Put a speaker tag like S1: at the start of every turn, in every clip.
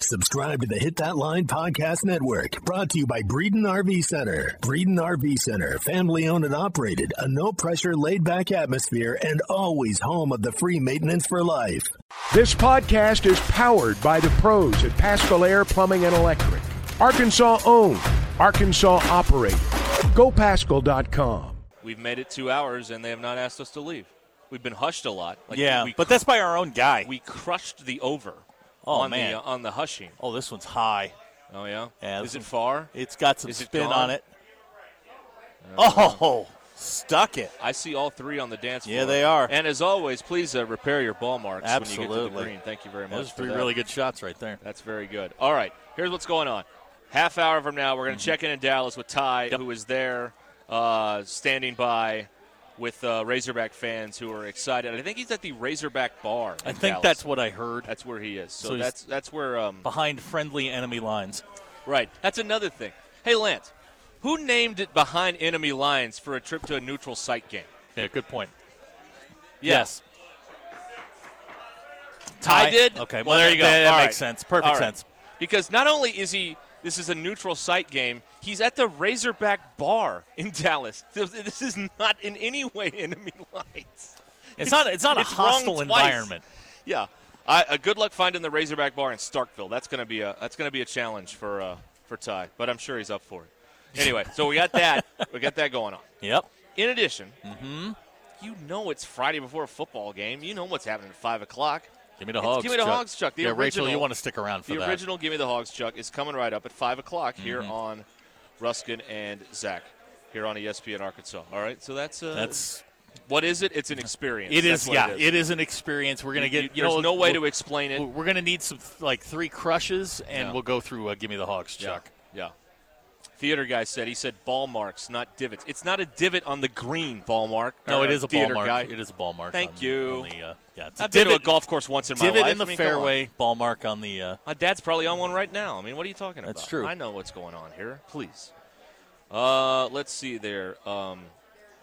S1: Subscribe to the Hit That Line Podcast Network, brought to you by Breeden RV Center. Breeden RV Center, family owned and operated, a no pressure, laid back atmosphere, and always home of the free maintenance for life.
S2: This podcast is powered by the pros at Pascal Air Plumbing and Electric. Arkansas owned, Arkansas operated. GoPascal.com.
S3: We've made it two hours, and they have not asked us to leave. We've been hushed a lot. Like,
S4: yeah,
S3: we- we
S4: but that's by our own guy.
S3: We crushed the over.
S4: Oh,
S3: on
S4: man.
S3: the uh, on the hushing.
S4: oh, this one's high.
S3: Oh yeah.
S4: Yeah,
S3: Is
S4: this
S3: it
S4: one-
S3: far?
S4: It's got some
S3: Is it
S4: spin
S3: gone?
S4: on it. Oh, stuck it.
S3: I see all three on the dance floor.
S4: Yeah, they are.
S3: And as always, please uh, repair your ball marks when you get to the
S4: Absolutely.
S3: green. Thank you very much.
S4: Those are
S3: for
S4: three
S3: that.
S4: really good shots right there.
S3: That's very good. All right, here's what's going on. Half hour from now, we're
S4: Mm-hmm.
S3: going to check in in Dallas with Ty, who is there, uh, standing by with uh, Razorback fans who are excited. I think he's at the Razorback bar.
S4: I
S3: in
S4: think
S3: Dallas.
S4: that's what I heard.
S3: that's where he is. So,
S4: So he's-
S3: that's that's where. Um,
S4: Behind friendly enemy lines.
S3: right. That's another thing. Hey, Lance, who named it behind enemy lines for a trip to a neutral site game?
S4: Yeah, good point.
S3: Yeah.
S4: Yes.
S3: Ty,
S4: Ty-
S3: did.
S4: okay, well, there you go.
S3: that-
S4: That
S3: all
S4: makes sense. Perfect
S3: All
S4: sense.
S3: Because not only is he, this is a neutral site game. He's at the Razorback Bar in Dallas. This- This is not in any way enemy lines.
S4: It's not- it's not a
S3: wrong
S4: hostile
S3: twice.
S4: environment.
S3: Yeah. I, a good luck finding the Razorback Bar in Starkville. That's gonna be a that's gonna be a challenge for uh, for Ty, but I'm sure he's up for it. Anyway, so we got that we got that going on.
S4: Yep.
S3: In addition,
S4: Mm-hmm.
S3: you know it's Friday before a football game. You know what's happening at five o'clock.
S4: Give me the
S3: It's
S4: hogs.
S3: Give me the hogs, Chuck. The
S4: yeah, Rachel,
S3: original-
S4: you want to stick around for
S3: the
S4: that. Mm-hmm.
S3: original Gimme the Hogs Chuck is coming right up at 5 o'clock here on Ruskin and Zach here on E ESPN Arkansas. All right, so that's, uh,
S4: That's
S3: what is it? It's an experience.
S4: it
S3: That's
S4: is.
S3: what
S4: Yeah,
S3: it is.
S4: it is an experience. We're gonna
S3: You-
S4: get.
S3: you-
S4: you
S3: there's
S4: know,
S3: no way
S4: we'll-
S3: to explain it.
S4: we're- We're gonna need some like three crushes, and
S3: Yeah.
S4: we'll go through. Uh, Give me the hogs,
S3: Yeah,
S4: Chuck.
S3: Yeah. Theater guy said he said ball marks, not divot. It's not a divot on the green ball mark.
S4: No,
S3: or
S4: it is a ball
S3: theater
S4: mark.
S3: Guy.
S4: It is a ball mark.
S3: Thank
S4: on-
S3: you.
S4: on the, uh, yeah, it's
S3: I've
S4: divot,
S3: been to a golf course once in my
S4: divot
S3: life.
S4: in the
S3: I mean, come on.
S4: fairway. Ball mark on the. Uh,
S3: My dad's probably on one right now. I mean, what are you talking about?
S4: That's true.
S3: I know what's going on here. Please. Uh, let's see there. Um,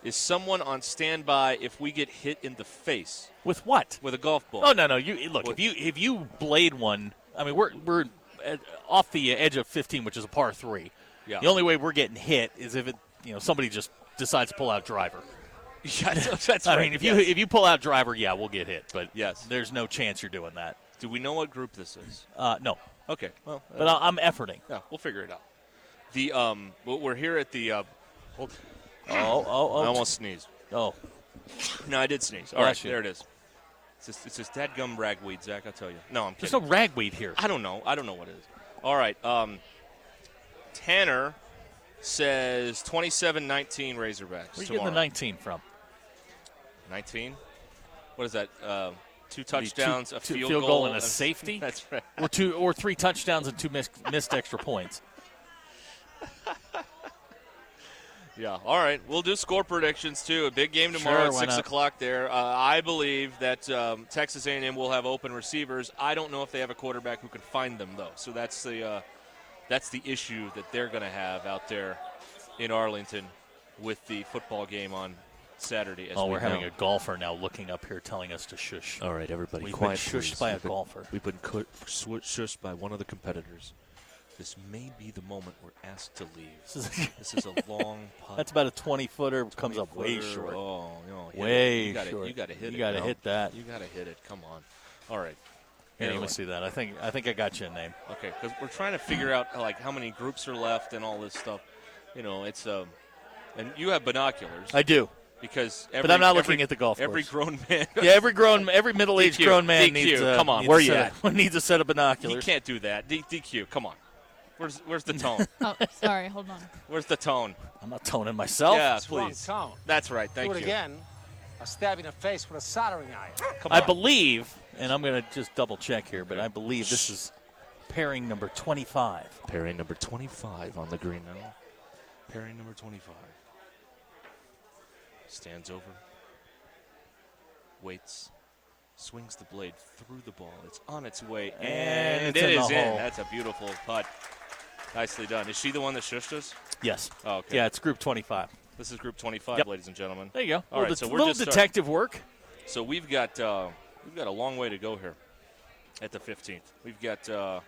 S3: is someone on standby if we get hit in the face
S4: with what?
S3: with a golf ball?
S4: Oh no, no. You look
S3: What-
S4: if you if you blade one. I mean, we're we're at, off the edge of 15, which is a par three.
S3: Yeah.
S4: The only way we're getting hit is if it you know somebody just decides to pull out driver.
S3: Yeah, that's, that's
S4: I
S3: right.
S4: mean, if you
S3: Yes.
S4: if you pull out driver, yeah, we'll get hit. But
S3: Yes.
S4: there's no chance you're doing that.
S3: do we know what group this is?
S4: Uh, no,
S3: Okay. Well, uh,
S4: but I, I'm efforting.
S3: yeah, we'll figure it out. The um, well, we're here at the. Uh, oh,
S4: Oh, oh, oh.
S3: I almost sneezed.
S4: Oh,
S3: No, I did sneeze. All right,
S4: Bless you.
S3: there it is. It's just, it's just dadgum ragweed, Zach. I tell you. No, I'm kidding.
S4: there's no ragweed here.
S3: I don't know. I don't know what it is. All right. Um, Tanner says 27-19 Razorbacks
S4: Where you
S3: tomorrow.
S4: getting the 19 from?
S3: 19? What is that? Uh, two
S4: be two-
S3: touchdowns, a
S4: two
S3: field,
S4: field
S3: goal,
S4: goal and a safety?
S3: That's right.
S4: or two or three touchdowns and two missed, missed extra points.
S3: Yeah. All right. We'll do score predictions too. A big game
S4: Sure,
S3: tomorrow at
S4: why
S3: six
S4: not?
S3: o'clock. There, uh, I believe that um, Texas A&M will have open receivers. I don't know if they have a quarterback who can find them though. So that's the uh, that's the issue that they're going to have out there in Arlington with the football game on Saturday. As
S4: Oh,
S3: we
S4: we're having
S3: know.
S4: a golfer now looking up here telling us to shush.
S5: All right, everybody,
S4: We've
S5: quiet,
S4: been shushed
S5: please.
S4: by a
S5: We've been-
S4: golfer.
S5: We've been cu- sw- shushed by one of the competitors.
S3: This may be the moment we're asked to leave.
S4: This is-
S3: This is a long putt.
S4: That's about a 20 footer. Comes up way
S3: Footer.
S4: short.
S3: Oh, no, hit it.
S4: Way
S3: you gotta,
S4: short.
S3: You got to hit
S4: You
S3: it.
S4: gotta
S3: no.
S4: hit that.
S3: You got to hit it. Come on. All right.
S4: Here, let
S3: Anyway.
S4: me see that. I think I think I got you a name.
S3: Okay, because we're trying to figure out like how many groups are left and all this stuff. You know, it's um, and you have binoculars
S4: I do.
S3: because every,
S4: I'm not
S3: every-
S4: looking at the golf
S3: Every
S4: course.
S3: grown man,
S4: Yeah, every grown, every middle-aged
S3: DQ,
S4: grown man
S3: DQ,
S4: needs. Uh,
S3: come on,
S4: needs
S3: where
S4: a
S3: you
S4: set of- needs a set of
S3: he
S4: binoculars.
S3: can't do that. D- DQ, come on. Where's where's the tone?
S6: Oh, sorry. Hold on.
S3: Where's the tone?
S4: I'm not toning myself.
S3: yeah,
S7: It's wrong
S3: please.
S7: tone.
S3: That's right. Thank
S7: Do it
S3: you.
S7: again. I'll stab you in the face with a soldering iron. Come
S4: I
S7: on.
S4: believe, and I'm going to just double check here, but I believe this is pairing number 25.
S8: Pairing number 25 on the green now.
S3: Pairing number 25. Stands over. Waits. Swings the blade through the ball. It's on its way. And,
S4: it's
S3: it
S4: in the
S3: is in.
S4: hole.
S3: That's a beautiful putt. Nicely done. Is she the one that shushed us?
S4: Yes.
S3: Oh, okay.
S4: Yeah, it's group 25.
S3: This is group 25,
S4: Yep.
S3: ladies and gentlemen.
S4: There you go.
S3: All
S4: little
S3: right,
S4: det-
S3: so we're
S4: little
S3: just starting.
S4: detective work.
S3: So we've got uh, we've got a long way to go here at the 15th. We've got uh,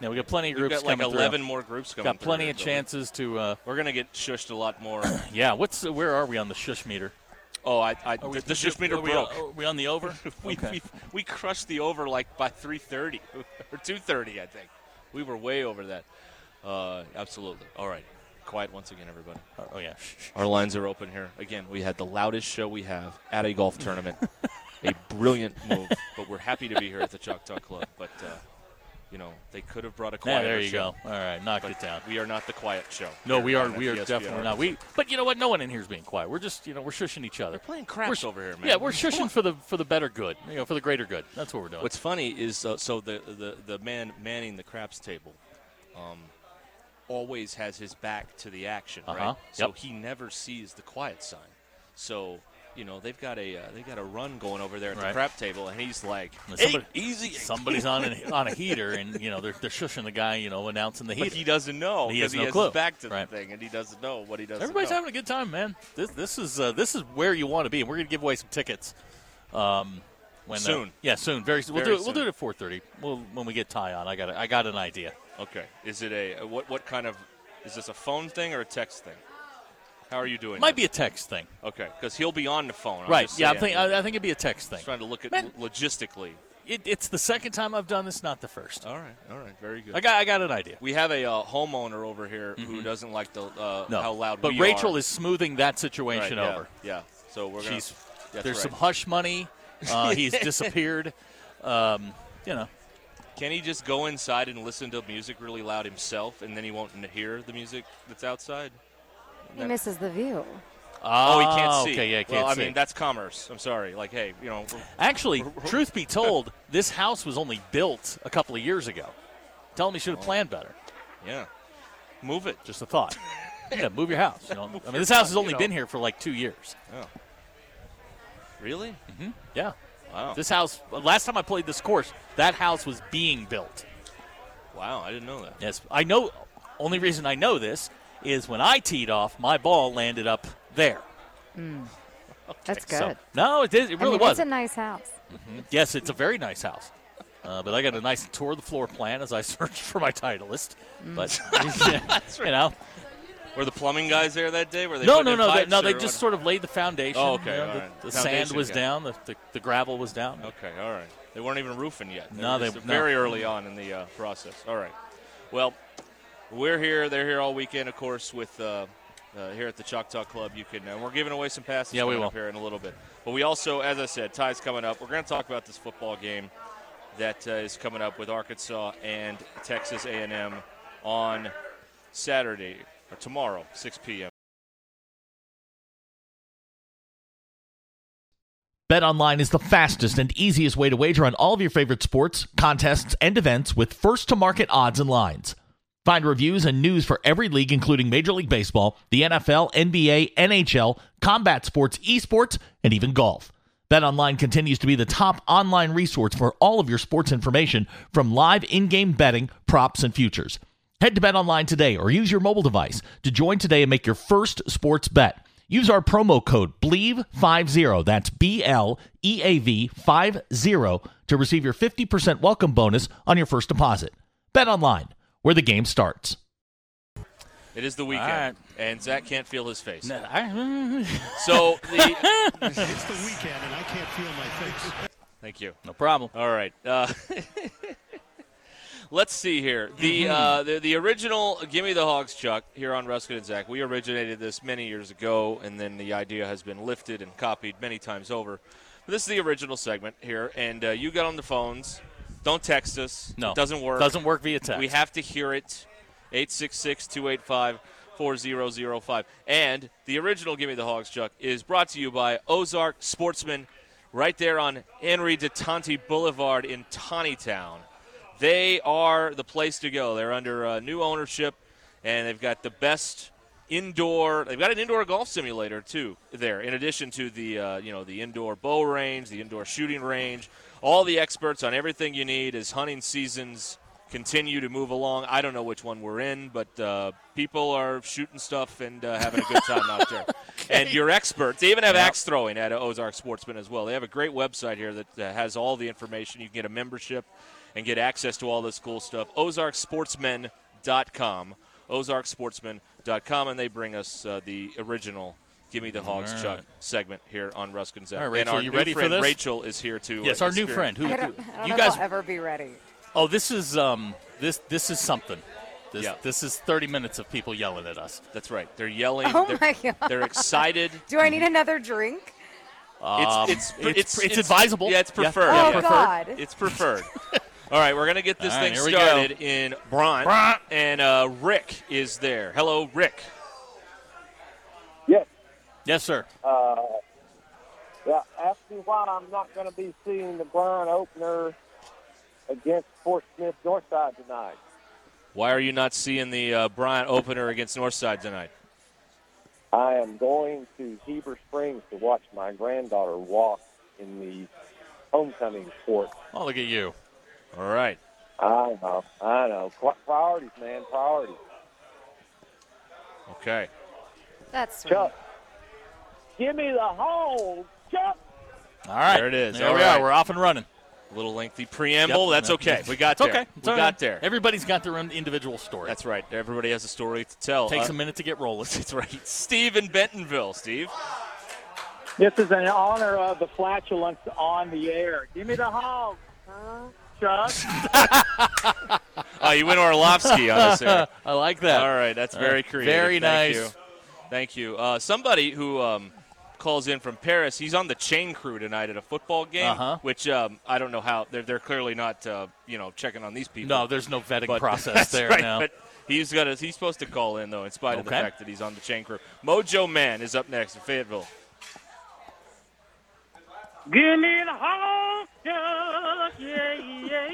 S4: Yeah, we got plenty of
S3: we've
S4: groups
S3: got like
S4: coming
S3: 11
S4: through.
S3: more groups coming.
S4: Got
S3: through
S4: plenty
S3: here,
S4: of
S3: so
S4: chances to. Uh,
S3: We're gonna get shushed a lot more.
S4: yeah, what's uh, where are we on the shush meter?
S3: oh, I, I the, the shush meter
S4: are we, uh,
S3: broke.
S4: Are we on the over?
S3: we,
S4: Okay.
S3: we, we crushed the over like by 3.30 or 2.30 i think we were way over that uh, absolutely all right quiet once again everybody
S4: Oh, oh, yeah. Shh, shh.
S3: our lines are open here again we had the loudest show we have at a golf tournament a brilliant move but we're happy to be here at the choctaw club but uh, you know they could have brought a
S4: Yeah,
S3: quiet
S4: there you go. All right, knocked it down.
S3: we are not the quiet show
S4: No,
S3: here
S4: we are.
S3: on
S4: We are
S3: FSBR.
S4: definitely not. We, but you know what? No one in here is being quiet. We're just, you know, we're shushing each other. We're
S3: playing craps over here, man.
S4: Yeah, we're
S3: Come on.
S4: shushing for the for the better good. You know, for the greater good. That's what we're doing.
S3: What's funny is uh, so the, the the man manning the craps table, um, always has his back to the action,
S4: Uh-huh.
S3: right? So
S4: Yep.
S3: he never sees the quiet sign. So you know they've got a uh, they got a run going over there at the
S4: Right.
S3: crap table, and he's like,
S4: Now,
S3: "Hey,
S4: somebody-
S3: easy,
S4: Somebody's on a, on a heater, and you know they're, they're shushing the guy, you know, announcing the
S3: But
S4: heater.
S3: he doesn't know
S4: He has
S3: because he
S4: no
S3: has
S4: clue.
S3: his back to
S4: Right.
S3: the thing, and he doesn't know what he does.
S4: Everybody's
S3: know.
S4: having a good time, man. This this is uh, this is where you want to be. and We're gonna give away some tickets. Um, when uh,
S3: Soon.
S4: yeah, soon. Very. soon. We'll
S3: Very
S4: do it. We'll do
S3: soon.
S4: it at four thirty. We'll, when we get tie on, I got a, I got an idea.
S3: Okay, is it a what what kind of is this a phone thing or a text thing? How are you doing?
S4: It might be a text thing,
S3: okay because he'll be on the phone. I'm
S4: right?
S3: just
S4: Yeah, I
S3: saying.
S4: think I, I think it'd be a text thing.
S3: Just trying to look at
S4: Man.
S3: lo- logistically.
S4: It, it's the second time I've done this, not the first.
S3: All right, all right, very good.
S4: I got I got an idea. Mm-hmm.
S3: We have a uh, homeowner over here who doesn't like the uh,
S4: No,
S3: how loud.
S4: but
S3: we
S4: Rachel
S3: are.
S4: is smoothing that
S3: Right,
S4: situation
S3: yeah,
S4: over.
S3: Yeah, so we're
S4: She's there's
S3: gonna. That's
S4: some
S3: right.
S4: hush money. Uh, he's disappeared. Um, you know,
S3: Can he just go inside and listen to music really loud himself, and then he won't n- hear the music that's outside?
S9: He misses the view.
S3: Oh, he can't see.
S4: Ah, Okay, yeah, can't
S3: well,
S4: see.
S3: I mean that's commerce. I'm sorry. Like, hey, you know, we're-
S4: Actually, truth be told, this house was only built a couple of years ago. Tell him he should have planned better.
S3: Oh. yeah, move it.
S4: Just a thought. yeah, move your house. you know. I mean, this house has only been here for like two years.
S3: Really?
S4: Mm-hmm. Yeah.
S3: Wow.
S4: This house, last time I played this course, that house was being built.
S3: Wow, I didn't know that.
S4: Yes, I know. Only reason I know this is when I teed off, my ball landed up there.
S9: That's good.
S4: So, no, it, did, it
S9: I
S4: really was.
S9: mean,
S4: Mm-hmm.
S9: It's a nice house.
S4: Yes, it's a very nice house. Uh, but I got a nice tour of the floor plan as I searched for my Titleist.
S9: Mm.
S4: But you know,
S3: Were the plumbing guys there that day? Were they?
S4: no,
S3: putting
S4: no,
S3: in
S4: no, they,
S3: pipes
S4: no. They
S3: or
S4: just
S3: what?
S4: sort of laid the foundation.
S3: Oh, okay,
S4: you know,
S3: all
S4: the
S3: right.
S4: the
S3: Foundation,
S4: sand was
S3: yeah.
S4: down. The, the, the gravel was down.
S3: Okay, all right. They weren't even roofing yet. They
S4: No,
S3: were
S4: they-
S3: just
S4: no.
S3: very early on in the uh, process. All right. Well, we're here. They're here all weekend, of course, with uh, uh, here at the Choctaw Club. You can. Uh, we're giving away some passes.
S4: Yeah, we
S3: coming
S4: will.
S3: up here in a little bit. But we also, as I said, ties coming up. We're going to talk about this football game that uh, is coming up with Arkansas and Texas A&M on Saturday or tomorrow, 6 p.m.
S4: BetOnline is the fastest and easiest way to wager on all of your favorite sports, contests, and events with first-to-market odds and lines. Find reviews and news for every league, including Major League Baseball, the NFL, NBA, NHL, combat sports, esports, and even golf. BetOnline continues to be the top online resource for all of your sports information, from live in-game betting, props, and futures. Head to BetOnline today or use your mobile device to join today and make your first sports bet. Use our promo code E BLEAV50, that's B L E A V 50, to receive your 50% welcome bonus on your first deposit. Bet online, where the game starts.
S3: It is the weekend,
S4: All right.
S3: and Zach can't feel his face.
S4: I,
S3: So the, Thank you.
S4: No problem.
S3: All right. Uh, let's see here. The, uh, the the original "Gimme the Hogs" Chuck here on Ruskin and Zach. We originated this many years ago, and then the idea has been lifted and copied many times over. But this is the original segment here, and uh, you got on the phones. Don't text us.
S4: No.
S3: It doesn't work.
S4: Doesn't work via text.
S3: We have to hear it. 866 285 4005. And the original Gimme the Hogs Chuck is brought to you by Ozark Sportsman right there on Henry DeTonti Boulevard in Tawnytown. They are the place to go. They're under uh, new ownership, and they've got the best indoor. They've got an indoor golf simulator too there, in addition to the uh, you know the indoor bow range, the indoor shooting range. All the experts on everything you need as hunting seasons continue to move along. I don't know which one we're in, but uh, people are shooting stuff and uh, having a good time out there. And your experts, they even have
S4: Yep.
S3: axe throwing at Ozark Sportsman as well. They have a great website here that uh, has all the information. You can get a membership and get access to all this cool stuff. OzarkSportsmen.com. OzarkSportsmen.com. And they bring us uh, the original Give Me the Hogs
S4: All
S3: Chuck
S4: right.
S3: segment here on Ruskin Zach.
S4: All right,
S3: and
S4: Rachel,
S3: our
S4: you
S3: new
S4: ready for
S3: friend
S4: this?
S3: Rachel is here too.
S4: Yes,
S3: uh,
S4: our new
S3: experience-
S4: friend. Who,
S9: I don't, I don't
S4: you
S9: know
S4: guys?
S9: if I'll ever be ready.
S4: Oh, this is um, this this is something. This
S3: Yeah.
S4: this is 30 minutes of people yelling at us.
S3: That's right. They're yelling.
S9: Oh
S3: they're,
S9: my God.
S3: they're excited.
S9: Do I need
S4: Mm-hmm.
S9: another drink?
S4: Um,
S3: it's, it's,
S4: it's, it's advisable.
S3: Yeah, it's preferred.
S9: Oh,
S3: Yeah.
S9: God.
S3: It's preferred. All right, we're gonna get this
S4: All right, here
S3: thing
S4: we go.
S3: started in Bront,
S4: Bront.
S3: and uh, Rick is there. Hello, Rick.
S10: Yes.
S4: Yes, sir.
S10: Uh, yeah. Ask me why I'm not going to be seeing the Bryan opener against Fort Smith Northside tonight.
S3: Why are you not seeing the uh, Bryant opener against Northside tonight?
S10: I am going to Heber Springs to watch my granddaughter walk in the homecoming sport.
S4: Oh, look at you.
S3: All right.
S10: I know. Uh, I know. Qu- priorities, man. Priorities.
S3: Okay.
S9: That's sweet.
S10: Chuck, give me the hole, Chuck.
S4: All right.
S3: There it is.
S4: There
S3: All
S4: we
S3: right.
S4: are. We're off and running.
S3: A little lengthy preamble.
S4: Yep.
S3: That's okay. We got
S4: It's
S3: there.
S4: okay. It's
S3: we
S4: all
S3: got
S4: right.
S3: there.
S4: Everybody's got their own individual story.
S3: That's right. Everybody has a story to tell.
S4: Takes
S3: Uh,
S4: a minute to get rolling.
S3: That's right. Steve in Bentonville. Steve.
S11: This is in honor of the flatulence on the air. Give me the hog, Chuck.
S3: Oh, you went Orlovsky on us there.
S4: I like that.
S3: All right, that's
S4: All
S3: very
S4: right.
S3: creative.
S4: Very nice.
S3: Thank You. Thank you. Uh, somebody who um, calls in from Paris, he's on the chain crew tonight at a football game,
S4: Uh-huh.
S3: which um, I don't know how they're, they're clearly not uh, you know checking on these people.
S4: No, there's no vetting
S3: But-
S4: process
S3: that's
S4: there
S3: right,
S4: now.
S3: But he's got a, he's supposed to call in though, in spite of the
S4: Okay.
S3: fact that he's on the chain crew. Mojo Man is up next in Fayetteville.
S11: Give me the hog, Chuck. Yeah, yeah,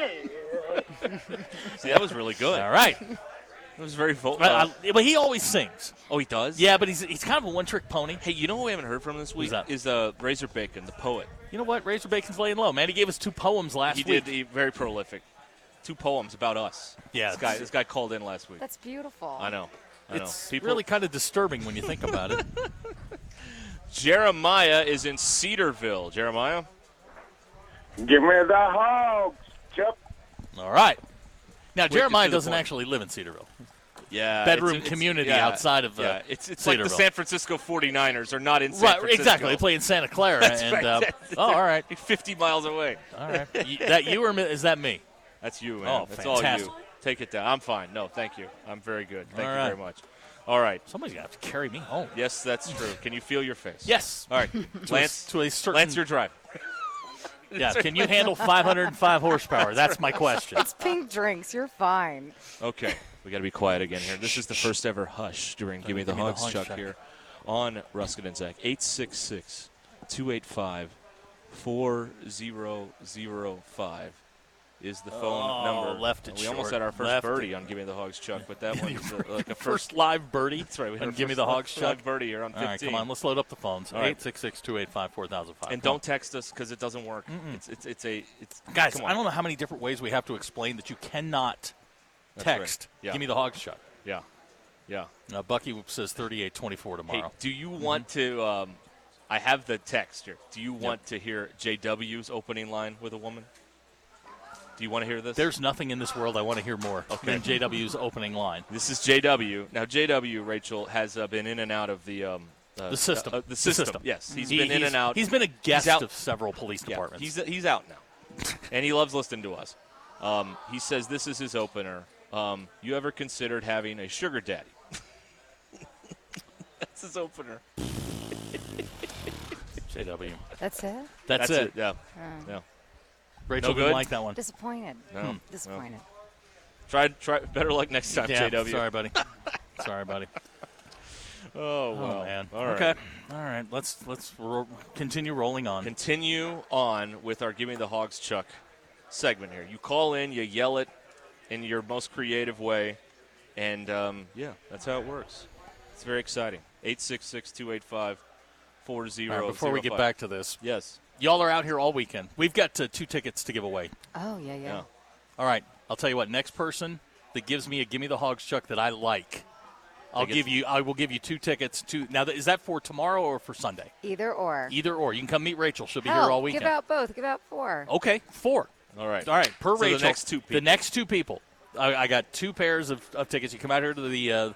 S11: yeah.
S3: See, that was really good.
S4: All right.
S3: It was very vocal.
S4: But, I- but he always sings.
S3: uh, oh, he does.
S4: Yeah, but he's he's kind of a one trick pony.
S3: Hey, you know who we haven't heard from this week
S4: that?
S3: is uh, Razor Bacon, the poet.
S4: You know what? Razor Bacon's laying low, man. He gave us two poems last
S3: He
S4: week.
S3: did he, very prolific. Two poems about us.
S4: Yeah,
S3: this guy,
S4: it's-
S3: this guy called in last week.
S9: That's beautiful.
S3: I know. I
S4: It's
S3: know. People,
S4: really kind of disturbing when you think about it.
S3: Jeremiah is in Cedarville. Jeremiah.
S10: Give me the hog, Chuck.
S4: All right. Now,
S3: Quick,
S4: Jeremiah
S3: to the
S4: doesn't
S3: point.
S4: actually live in Cedarville.
S3: Yeah.
S4: Bedroom community outside of, uh,
S3: yeah. It's it's like the
S4: Cedarville.
S3: San Francisco 49ers are not in San
S4: Right,
S3: Francisco.
S4: exactly. They play in Santa Clara.
S3: That's
S4: and
S3: right.
S4: uh,
S3: That's-
S4: oh, all right,
S3: 50 miles away.
S4: all right. You, that you or me, is that me?
S3: That's you, man.
S4: Oh,
S3: That's
S4: fantastic.
S3: all you. Take it down. I'm fine. No, thank you. I'm very good. Thank
S4: All
S3: you
S4: right.
S3: very much. All right.
S4: Somebody's gonna have to carry me home.
S3: Yes, that's true. Can you feel your face?
S4: Yes.
S3: All right. Lance,
S4: to a certain-
S3: Lance your drive.
S4: Yeah. Can you handle 505 horsepower? That's my question.
S9: It's pink drinks. You're fine.
S3: Okay, we got to be quiet again here. This is the first ever hush during Give Me the
S4: Give Me the
S3: Hogs,
S4: Hogs,
S3: Chuck,
S4: Chuck.
S3: here on Ruskin and Zach. 866 285 4005 is the phone
S4: Oh,
S3: number.
S4: left it
S3: we almost
S4: short.
S3: had our first
S4: Left
S3: birdie
S4: it.
S3: on Give Me the Hogs, Chuck, but that one was uh, like a
S4: First
S3: first.
S4: live birdie.
S3: That's right. We had
S4: and
S3: our
S4: give me the
S3: first
S4: hog shot.
S3: live birdie here on
S4: All
S3: 15.
S4: right, come on. Let's load up the phones.
S3: All right.
S4: 866 285 4005.
S3: and don't text us because it doesn't work. It's, it's it's a it's
S4: Guys,
S3: Come on.
S4: I don't know how many different ways we have to explain that you cannot
S3: That's right.
S4: text.
S3: Yeah.
S4: Give me the hog shot.
S3: yeah yeah.
S4: Now, Bucky says 3824
S3: Hey,
S4: tomorrow.
S3: do you want to? Um, I have the text here. Do you want to hear JW's opening line with a woman? Do you want to hear this?
S4: There's nothing in this world I want to hear more than JW's opening line.
S3: this is JW. Now JW Rachel has uh, been in and out of the um, Uh,
S4: the system.
S3: uh, the system, yes.
S4: he's
S3: He's been in and out.
S4: He's been a
S3: He's
S4: guest
S3: out-
S4: of several police
S3: Yeah,
S4: departments.
S3: he's he's out now, and he loves listening to us. Um, he says this is his opener. Um, you ever considered having a sugar daddy? That's his opener.
S4: JW.
S9: That's it?
S4: That's, it.
S3: Yeah.
S9: Oh.
S3: Yeah.
S4: Rachel
S3: no
S4: didn't
S3: good?
S4: like that one.
S9: Disappointed.
S3: No.
S9: Hmm.
S3: No.
S9: Disappointed.
S3: Try try better luck next time,
S4: Yeah,
S3: JW.
S4: Sorry, buddy. sorry, buddy.
S3: Oh, wow.
S4: man.
S3: All right.
S4: okay. All right. Let's let's ro- continue rolling on.
S3: Continue on with our "Give Me the Hogs, Chuck" segment here. You call in, you yell it in your most creative way, and um, yeah, that's how it works. It's very exciting. 866-285-4005.
S4: All right, before we get back to this,
S3: yes,
S4: y'all are out here all weekend. We've got uh, two tickets to give away.
S9: Oh, yeah, yeah.
S4: All right. I'll tell you what. Next person that gives me a give me the hogs chuck that I like, I'll
S3: Tickets.
S4: give you. I will give you two tickets. to now. Th- is that for tomorrow or for Sunday?
S9: Either or.
S4: Either or. You can come meet Rachel. She'll be
S9: Hell,
S4: here all weekend. Oh,
S9: Give out both. Give out four.
S4: Okay, four.
S3: All right.
S4: All right. Per
S3: So the
S4: Rachel,
S3: next two people.
S4: The next two people. I, I got two pairs of, of tickets. You come out here to the uh,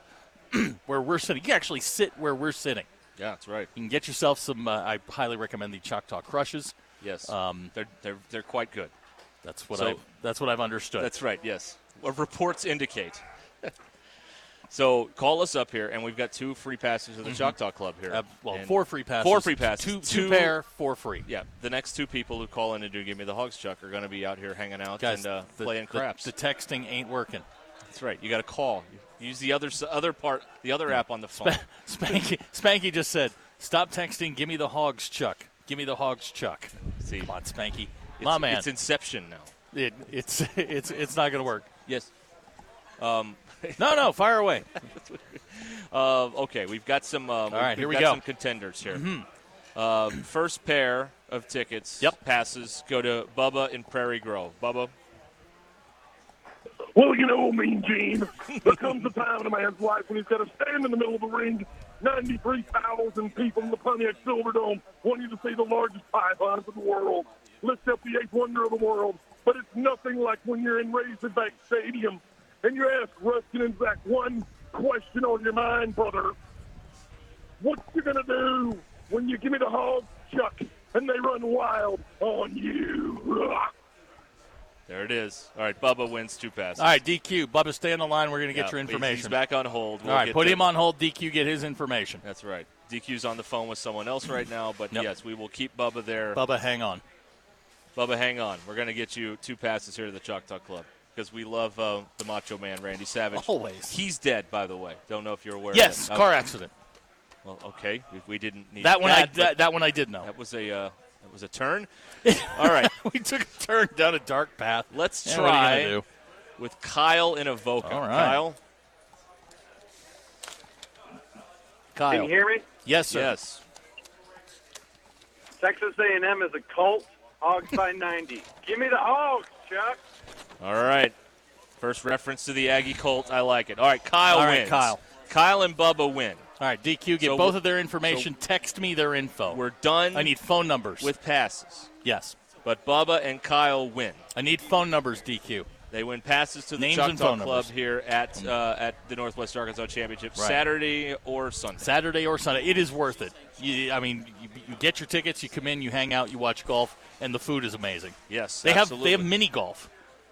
S4: where we're sitting. You actually sit where we're sitting.
S3: Yeah, that's right.
S4: You can get yourself some. Uh, I highly recommend the Choctaw Crushes.
S3: Yes.
S4: Um,
S3: they're they're they're quite good.
S4: That's what
S3: So-
S4: I. That's what I've understood.
S3: That's right. Yes. What reports indicate. so call us up here, and we've got two free passes to the
S4: Mhm.
S3: Choctaw Club here.
S4: Uh, well,
S3: And
S4: four free passes.
S3: Four free passes.
S4: Two- two pair, four free.
S3: Yeah. The next two people who call in and do give me the hogs chuck are going to be out here hanging out
S4: Guys,
S3: and uh,
S4: the-
S3: playing
S4: the-
S3: craps.
S4: the texting ain't working.
S3: That's right. You got to call. Use the other s- other part, the other app on the phone.
S4: Spanky, Spanky just said, "Stop texting. Give me the hogs, Chuck. Give me the hogs, Chuck."
S3: See,
S4: Come on, Spanky.
S3: It's,
S4: My man.
S3: It's Inception now.
S4: It, it's it's it's not going to work.
S3: Yes. Um,
S4: no, no, fire away.
S3: uh, okay, we've got some. Um, All
S4: right, here we
S3: got
S4: go.
S3: Some contenders here.
S4: Mhm.
S3: Uh, first pair of tickets. Yep. Passes go to Bubba in Prairie Grove. Bubba.
S12: Well, you know, Mean Gene, there comes a time in a man's life when he's got to stand in the middle of the ring, 93,000 people in the Pontiac Silverdome wanting to see the largest pie hunt in the world, lift up the eighth wonder of the world. But it's nothing like when you're in Razorback Stadium and you ask Ruskin and Zach one question on your mind, brother. What you gonna do when you give me the hog chuck and they run wild on you?
S3: There it is. All right, Bubba wins two passes.
S4: All right, DQ, Bubba, stay on the line. We're going to
S3: Yeah,
S4: get your
S3: he's-
S4: information.
S3: He's back on hold. We'll
S4: All right,
S3: get
S4: put
S3: the-
S4: him on hold. DQ, get his information.
S3: That's right. DQ's on the phone with someone else right now, but yes, we will keep Bubba there.
S4: Bubba, hang on.
S3: Bubba, hang on. We're going to get you two passes here to the Choctaw Club because we love uh, the Macho Man, Randy Savage.
S4: Always.
S3: He's dead, by the way. Don't know if you're aware.
S4: Yes,
S3: of that.
S4: car accident.
S3: Well, okay. We, we didn't need
S4: That one I-
S3: but
S4: that- that one I did know.
S3: That was a uh, that was a turn. All right,
S4: we took a turn down a dark path.
S3: Let's
S4: Yeah, what are
S3: try
S4: you gonna do?
S3: with Kyle in Avoca.
S4: All right.
S3: Kyle.
S4: Kyle.
S13: Can you hear me?
S4: Yes, sir.
S3: Yes.
S13: Texas A&M is a cult. Hogs by 90. Give me the hogs, Chuck.
S3: All right. First reference to the Aggie Colt. I like it. All right, Kyle
S4: All right,
S3: wins.
S4: Kyle.
S3: Kyle and Bubba win.
S4: All right, DQ, get
S3: So
S4: both
S3: we're-
S4: of their information. Text me their info.
S3: We're done.
S4: I need phone numbers.
S3: With passes.
S4: yes.
S3: But Bubba and Kyle win.
S4: I need phone numbers, DQ.
S3: They win passes to the
S4: Names
S3: Choctaw
S4: and phone
S3: Club
S4: numbers.
S3: here at uh, at the Northwest Arkansas Championship
S4: Right.
S3: Saturday or Sunday.
S4: Saturday or Sunday. It is worth it. You, I mean, you, you get your tickets, you come in, you hang out, you watch golf, and the food is amazing.
S3: Yes,
S4: they
S3: absolutely.
S4: have they have mini golf.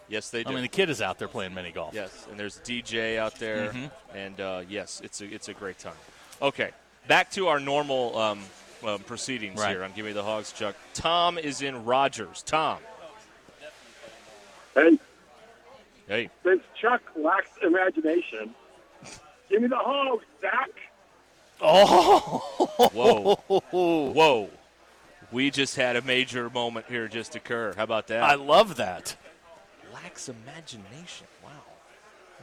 S3: Yes, they do.
S4: I mean, the kid is out there playing mini golf.
S3: Yes, and there's DJ out there,
S4: Mhm.
S3: and uh, yes, it's a it's a great time. Okay, back to our normal um, um, proceedings
S4: Right.
S3: here on Give Me the Hogs, Chuck. Tom is in Rogers. Tom,
S12: Hey,
S3: hey,
S12: since Chuck lacks imagination, give me the hog, Zach.
S4: Oh,
S3: whoa, whoa, we just had a major moment here just occur. How about that?
S4: I love that.
S3: lacks imagination. Wow.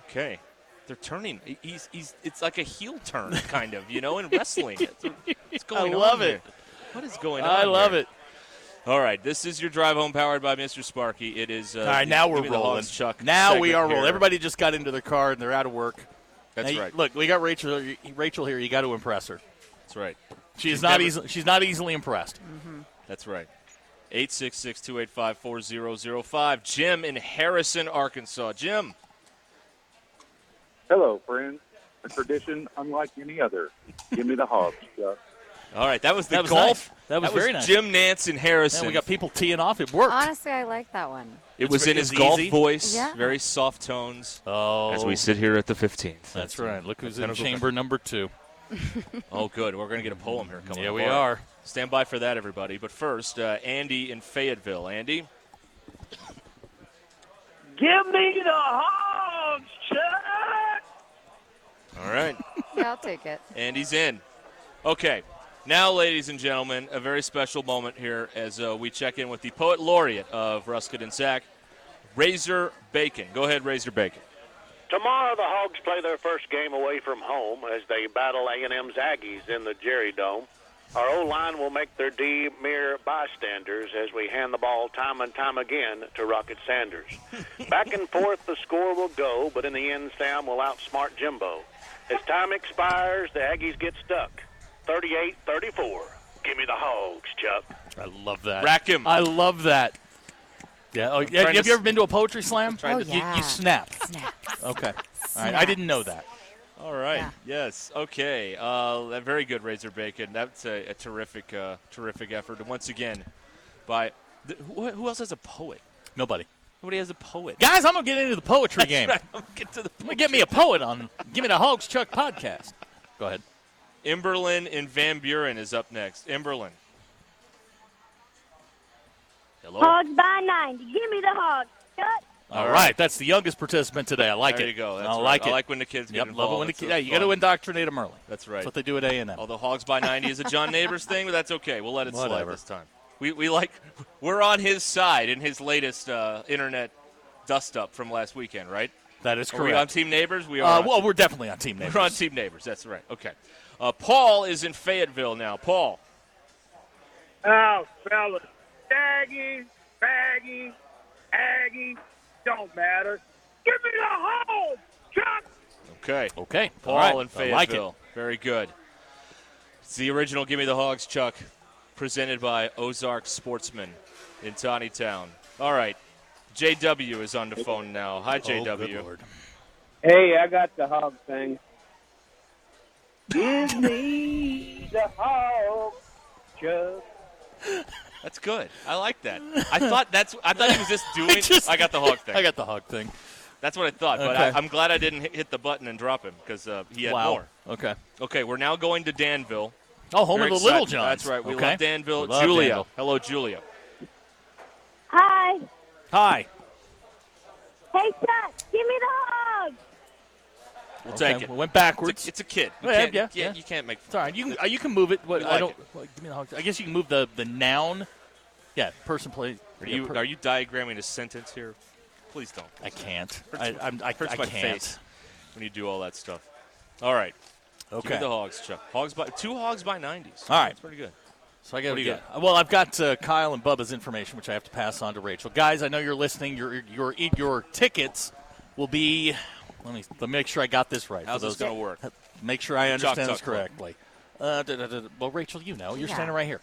S3: Okay. They're turning. He's, he's. It's like a heel turn, kind of, you know, in wrestling. It's, it's going
S4: I love
S3: on
S4: it.
S3: here. What is going on?
S4: I love
S3: here?
S4: it.
S3: All right, this is your drive home, powered by Mr. Sparky. It is. Uh,
S4: All right, now
S3: give
S4: we're
S3: me the
S4: rolling.
S3: Hogs Chuck
S4: now we
S3: segment
S4: are rolling.
S3: here.
S4: Everybody just got into their car and they're out of work.
S3: That's
S4: Now, you-
S3: right.
S4: Look, we got Rachel. Rachel here. You got to impress her.
S3: That's right.
S4: She is
S3: She's
S4: not
S3: never-
S4: easily. She's not easily impressed.
S3: That's right. 866-285-4005. Jim in Harrison, Arkansas. Jim.
S14: Hello, friends. A tradition unlike any other. Give me the hogs, Chuck.
S3: All right, that was the
S4: That was
S3: golf.
S4: nice. That was very nice.
S3: Jim Nance and Harrison.
S4: Man, we got people teeing off. It worked.
S9: Honestly, I like that one.
S3: It was
S4: It's-
S3: in his
S4: it's
S3: golf
S4: easy.
S3: voice,
S9: Yeah.
S3: very soft tones.
S4: Oh,
S3: as we sit here at the 15th.
S4: That's right. Look who's
S3: Kind
S4: in
S3: of a-
S4: chamber number two.
S3: Oh, good. We're going to get a poem here coming.
S4: Yeah,
S3: up.
S4: we
S3: All right.
S4: are.
S3: Stand by for that, everybody. But first, uh, Andy in Fayetteville. Andy,
S12: Give me the hogs, Chuck!
S3: all right.
S9: Yeah, I'll take it.
S3: And he's in. Okay. Now, ladies and gentlemen, a very special moment here as uh, we check in with the poet laureate of Ruskin and Sack, Razor Bacon. Go ahead, Razor Bacon.
S14: Tomorrow, the Hogs play their first game away from home as they battle A&M's Aggies in the Jerry Dome. Our O-line will make their D mere bystanders as we hand the ball time and time again to Rocket Sanders. Back and forth, the score will go, but in the end, Sam will outsmart Jimbo. As time expires, the Aggies get stuck. 38-34. Give me the Hogs, Chuck.
S4: I love that.
S3: Rack him.
S4: I love that. Yeah. Oh, yeah,
S3: trying
S4: have
S3: to
S4: you ever been to a poetry slam?
S3: trying to-
S4: You- You, snap. Okay. All right. I didn't know that.
S3: All right. Yes. Okay. Uh, that- very good, Razor Bacon. That's a, a terrific, uh, terrific effort. And once again, by th- who, who else has a poet?
S4: Nobody.
S3: Nobody has a poet.
S4: Guys, I'm gonna get into the poetry
S3: That's
S4: game.
S3: right, I'm gonna get to the
S4: I'm gonna get me a poet on. Give me the Hogs Chuck podcast. Go ahead.
S3: Imberlin and Van Buren is up next. Imberlin. Hello.
S15: Hogs by 90. Give me the hogs. Shut.
S4: All right. That's the youngest participant today. I like
S3: There
S4: it.
S3: you go. That's
S4: I
S3: right.
S4: like
S3: I
S4: it.
S3: like when the kids get
S4: Yep, Love it
S3: involved.
S4: when the
S3: It's-
S4: kids. Yeah,
S3: it's
S4: you got to
S3: fun.
S4: indoctrinate them early.
S3: That's right.
S4: That's what they do at A and M.
S3: Although Hogs by 90 is a John Neighbors thing, but that's okay. We'll let it slide
S4: Whatever.
S3: this time. We, we like we're on his side in his latest uh, internet dust up from last weekend, right?
S4: That is
S3: Are we
S4: correct.
S3: on Team Neighbors? We are.
S4: Uh,
S3: on
S4: well,
S3: Team-
S4: we're definitely on Team Neighbors.
S3: We're on Team Neighbors. That's right. Okay. Uh, Paul is in Fayetteville now. Paul.
S16: Oh, fellas. Daggy, baggy, aggy, don't matter. Give me the home, Chuck!
S3: Okay.
S4: Okay.
S3: Paul
S4: All right.
S3: in
S4: I like it.
S3: Fayetteville. Very good. It's the original Gimme the Hogs, Chuck, presented by Ozark Sportsman in Tawny Town. All right. JW is on the phone now.
S4: Oh,
S3: Hi, JW.
S10: Hey, I got the hog thing. Give me the hog, Chuck.
S3: That's good. I like that. I thought that's. I thought he was just doing. I, got the hog thing.
S4: I got the hog thing.
S3: That's what I thought. But I,
S4: Okay.
S3: I'm glad I didn't hit- hit the button and drop him because uh, he had
S4: wow.
S3: more.
S4: Okay.
S3: Okay, we're now going to Danville.
S4: Oh, home
S3: Very
S4: of the Little
S3: excited.
S4: Johns.
S3: That's right. We
S4: Okay.
S3: love Danville.
S4: We love
S3: Julia.
S4: Danville.
S3: Hello, Julia.
S15: Hi.
S4: Hi.
S15: Hey, Chuck. Give me the hogs.
S3: We'll
S4: Okay,
S3: take it.
S4: We went backwards. Oh,
S3: It's a, it's a kid. You
S4: Yeah,
S3: can't,
S4: yeah,
S3: you can't-
S4: yeah.
S3: You can't make.
S4: It's all right. You can uh, you can move it. What
S3: We
S4: I
S3: like
S4: don't.
S3: it.
S4: well, give me the hog. I guess you can move the the noun. Yeah. Person plays.
S3: Are you are you diagramming a sentence here? Please don't.
S4: I can't.
S3: Hurts
S4: I,
S3: my-
S4: I'm, I,
S3: hurts
S4: I
S3: my
S4: can't.
S3: face when you do all that stuff. All right. Give me
S4: Okay.
S3: the hogs, Chuck. Hogs by two hogs by nineties.
S4: All right.
S3: That's pretty good.
S4: So I got
S3: What do
S4: to
S3: you
S4: get. Well, I've got uh, Kyle and Bubba's information, which I have to pass on to Rachel. Guys, I know you're listening. Your your e, your tickets will be. Let me let me make sure I got this right.
S3: How's
S4: for
S3: this
S4: those-
S3: gonna work?
S4: Make sure I
S3: Chalk
S4: understand this
S3: Talk Club.
S4: correctly. Uh, da, da, da, da. well, Rachel, you know, you're
S9: Yeah.
S4: standing right here.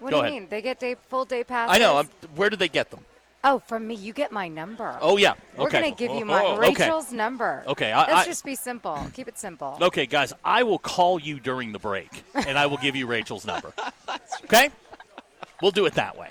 S9: What
S4: Go
S9: do you
S4: ahead.
S9: mean? They get day full day passes.
S4: I know. I'm, where did they get them?
S9: Oh, from me. You get my number.
S4: Oh yeah.
S9: We're
S4: okay.
S9: gonna give you my
S4: Oh, okay.
S9: Rachel's number.
S4: Okay, I-
S9: Let's
S4: I-
S9: just be simple. Keep it simple.
S4: Okay, guys, I will call you during the break, and I will give you Rachel's number. Okay, we'll do it that way.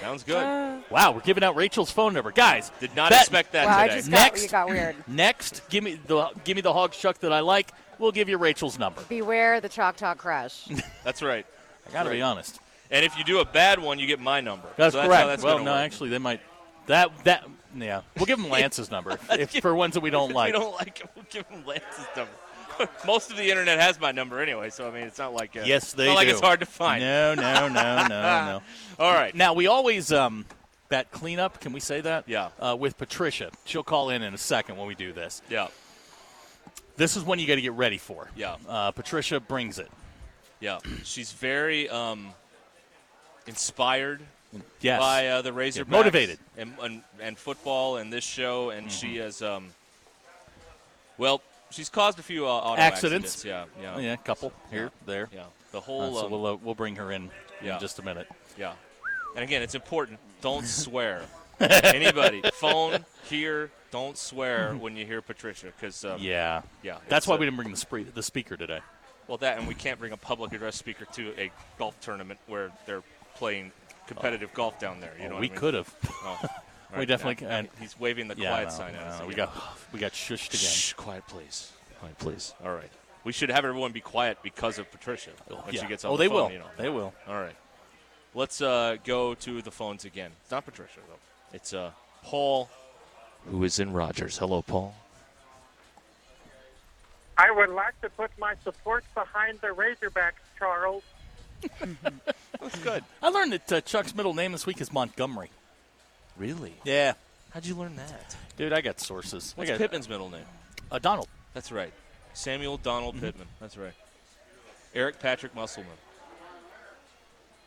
S3: Sounds good.
S4: Wow, we're giving out Rachel's phone number, guys. Did
S3: not expect that
S9: Uh, Wow, I today. just got-
S4: next,
S9: you got weird.
S4: Next, give me the give me the hog chuck that I like. We'll give you Rachel's number.
S9: Beware the Choctaw Crush.
S3: That's right.
S4: I gotta be honest.
S3: And if you do a bad one, you get my number.
S4: That's,
S3: so that's
S4: correct.
S3: How that's
S4: well,
S3: gonna
S4: no,
S3: work.
S4: actually, they might. That that yeah. We'll give them Lance's number if, for ones that we don't
S3: If
S4: like.
S3: We don't like it. We'll give him Lance's number. Most of the internet has my number anyway, so I mean, it's not like uh,
S4: Yes,
S3: it's
S4: they
S3: not like
S4: do.
S3: it's hard to find.
S4: No, no, no, no, no.
S3: All right.
S4: Now we always um that cleanup. Can we say that? Yeah. Uh, with Patricia, she'll call in in a second when we do this.
S3: Yeah.
S4: This is one you got to get ready for.
S3: Yeah.
S4: Uh, Patricia brings it.
S3: Yeah, she's very um, inspired
S4: Yes.
S3: by uh, the Razorbacks,
S4: motivated. Mm-hmm.
S3: and, and and football and this show, and she has um, well, she's caused a few uh, auto
S4: Accidents.
S3: Yeah,
S4: Oh,
S3: yeah,
S4: yeah, a couple here, there.
S3: Yeah, the whole.
S4: Uh, so
S3: um,
S4: we'll, uh, we'll bring her in
S3: Yeah.
S4: in just a minute.
S3: yeah, and again, it's important. Don't swear. Anybody, phone here. Don't swear when you hear Patricia, because um,
S4: Yeah.
S3: yeah,
S4: That's
S3: it's,
S4: why
S3: uh,
S4: we didn't bring the, spree- the speaker today.
S3: Well, that and we can't bring a public address speaker to a golf tournament where they're playing competitive golf down there. You
S4: Oh,
S3: know, what
S4: we
S3: I mean?
S4: could have.
S3: Oh, all
S4: We
S3: right,
S4: definitely
S3: now-
S4: can.
S3: now He's waving the
S4: Yeah,
S3: quiet
S4: no,
S3: sign at
S4: no,
S3: us.
S4: we
S3: again.
S4: got- we got shushed again.
S3: Shh, quiet, please. Quiet, please. All right. We should have everyone be quiet because of Patricia when
S4: yeah.
S3: she gets on
S4: Oh,
S3: the
S4: they
S3: phone,
S4: will.
S3: You know.
S4: They will.
S3: All right. Let's uh, go to the phones again. It's not Patricia though. It's uh, Paul.
S5: Who is in Rogers? Hello, Paul.
S17: I would like to put my support behind the Razorbacks, Charles.
S4: That's good. I learned that uh, Chuck's middle name this week is Montgomery.
S5: Really?
S4: Yeah.
S5: How'd you learn that?
S4: Dude, I got sources.
S3: What's
S4: I got,
S3: Pittman's middle name?
S4: Uh, Donald. Mm-hmm.
S3: That's right. Samuel Donald Pittman. That's right. Eric Patrick Musselman.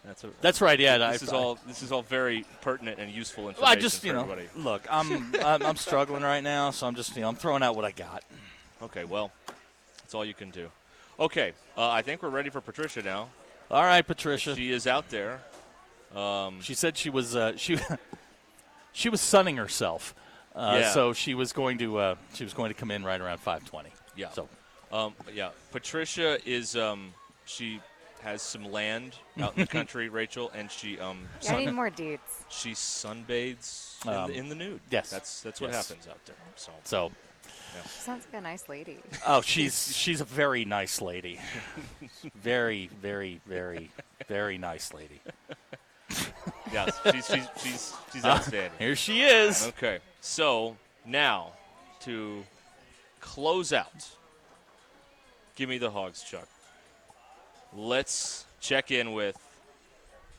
S3: That's, a,
S4: That's right, yeah,
S3: This
S4: I-
S3: is all. This is all very pertinent and useful information.
S4: Well, I just,
S3: for
S4: you know,
S3: everybody.
S4: look, I'm, I'm I'm struggling right now, so I'm just, you know, I'm throwing out what I got.
S3: Okay, well, that's all you can do. Okay, uh, I think we're ready for Patricia now.
S4: All right, Patricia.
S3: She is out there. Um,
S4: she said she was uh, she she was sunning herself, uh,
S3: Yeah.
S4: so she was going to uh, she was going to come in right around 5:20.
S3: Yeah.
S4: So
S3: Um, yeah, Patricia is. Um, she has some land out in the country, Rachel, and she. Um,
S9: Yeah, I
S3: sun-
S9: need more deeds.
S3: She sunbathes
S4: Um,
S3: in, the, in the nude.
S4: yes.
S3: that's that's what
S4: Yes.
S3: happens out there. So.
S4: so
S3: yeah.
S9: She sounds like a nice lady.
S4: oh, she's she's a very nice lady, very very very very nice lady.
S3: Yes, she's she's she's, she's outstanding.
S4: here she is.
S3: Okay, so now to close out, give me the hogs, Chuck. Let's check in with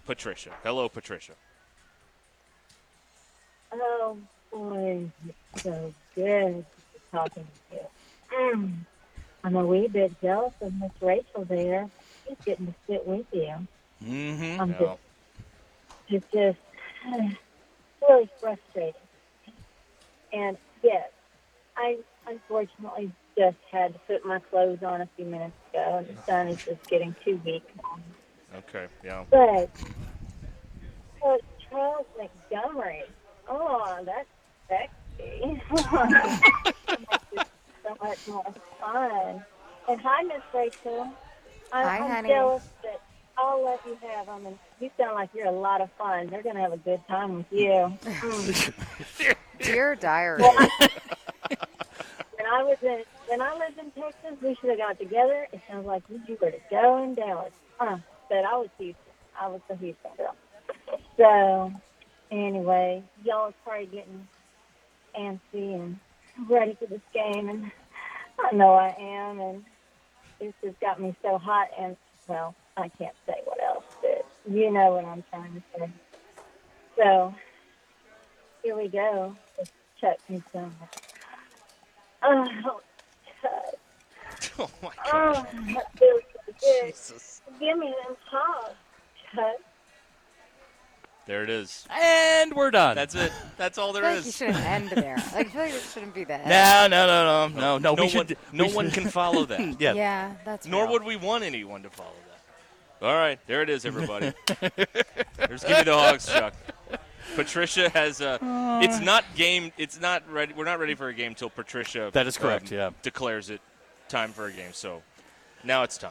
S3: Patricia. Hello, Patricia.
S15: Oh boy, it's so good talking to you. Mm. I'm a wee bit jealous of Miss Rachel there. She's getting to sit with you.
S4: Mm-hmm.
S15: I'm just, it's just really frustrating. And yes, I unfortunately just had to put my clothes on a few minutes ago, and the sun is just getting too weak.
S3: Okay, yeah.
S15: But but Charles Montgomery, oh, that's sexy. Makes it so much more fun. And hi, Miss Rachel. I'm,
S9: Hi,
S15: I'm
S9: honey.
S15: jealous, but I'll let you have them. And you sound like you're a lot of fun. They're gonna have a good time with you. Mm.
S9: Dear diary.
S15: when I was in when I lived in Texas, we should have got together. It sounds like you were to go in Dallas. Uh, but I was Houston. I was the Houston girl. So anyway, y'all is probably getting antsy and ready for this game and I know I am and this has got me so hot and well, I can't say what else, but you know what I'm trying to say. So here we go. Chuck me some. Oh, Chuck.
S3: Oh my
S15: Oh, that feels so good. Give me them hogs, Chuck.
S3: There it is.
S4: And we're done.
S3: That's it. That's all
S9: I
S3: there
S9: feel like you
S3: is.
S9: shouldn't end there. Like, I feel like it shouldn't be the end.
S4: No, no, no, no, no, no.
S3: No
S4: Oh, we
S3: one-
S4: should,
S3: no
S4: we
S3: one
S4: should-
S3: can follow that.
S4: yeah.
S9: Yeah, that's
S3: Nor
S9: real.
S3: would we want anyone to follow that. All right, there it is, everybody. There's give me the hogs, Chuck. Patricia has a. It's not game. It's not ready. We're not ready for a game till Patricia. um,
S4: That is correct, yeah.
S3: Declares it time for a game. So now it's time.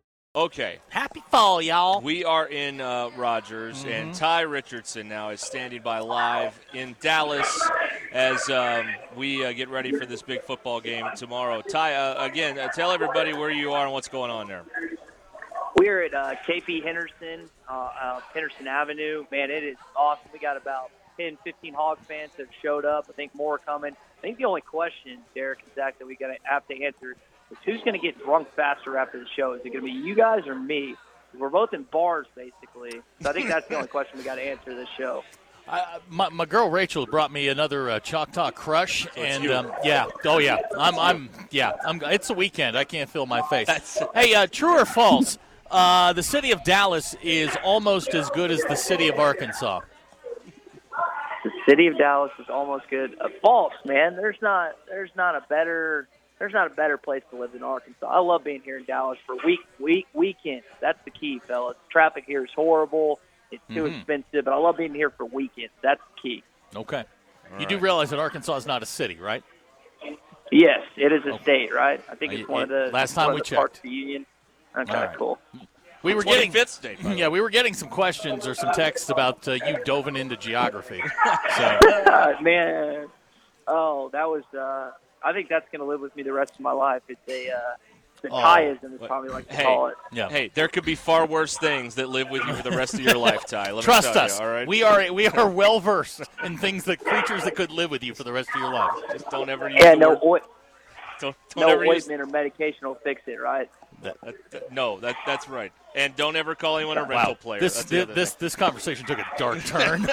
S3: Okay.
S4: Happy fall, y'all. Mm-hmm.
S3: We are in uh, Rogers, and Ty Richardson now is standing by live in Dallas as um, we uh, get ready for this big football game tomorrow. Ty, uh, again, uh, tell everybody where you are and what's going on there.
S18: We're at uh, KP Henderson, uh, uh, Henderson Avenue. Man, it is awesome. We got about 10, 15 Hog fans that have showed up. I think more are coming. I think the only question, Derek and Zach, that we got to have to answer is who's going to get drunk faster after the show? Is it going to be you guys or me? We're both in bars, basically. So I think that's the only question we got to answer this show.
S4: I, Uh, my, my girl Rachel brought me another uh, Choctaw Crush, and um, yeah, oh yeah, I'm, I'm, yeah, I'm. It's a weekend. I can't feel my face. hey, uh, true or false? Uh, the city of Dallas is almost as good as the city of Arkansas.
S18: The city of Dallas is almost good. Uh, false, man. There's not there's not a better there's not a better place to live than Arkansas. I love being here in Dallas for week week weekends. That's the key, fellas. Traffic here is horrible. It's too
S4: Mhm.
S18: expensive, but I love being here for weekends. That's the key.
S4: Okay. you do realize that Arkansas is not a city, right?
S18: Yes, it is a state, right? I think
S4: Uh,
S18: it's one of
S4: yeah,
S18: the
S4: last
S18: one
S4: time
S18: of
S4: we
S18: the Parks of the Union. Okay,
S4: All right.
S18: cool.
S4: We were getting
S3: 25th state.
S4: Yeah, we were getting some questions or some texts about uh, you doving into geography. So
S18: Ah, man, oh, that was. Uh, I think that's going to live with me the rest of my life. It's a uh, the
S3: Oh,
S18: Tyism is
S3: what-
S18: probably like to
S3: hey,
S18: call it.
S3: Hey, there could be far worse things that live with you for the rest of your life, Ty. Let me
S4: trust
S3: tell
S4: us.
S3: You, all right.
S4: We are we are well versed in things that creatures that could live with you for the rest of your life.
S3: Just don't ever use
S18: Yeah,
S3: the
S18: no
S3: word-
S18: oi-
S3: Don't, don't
S18: no
S3: ever use
S18: ointment or medication will fix it, right?
S3: That, that- no, that that's right. And don't ever call anyone a
S4: Wow.
S3: rental player.
S4: This
S3: That's the
S4: thi-
S3: other
S4: this this conversation took a dark turn.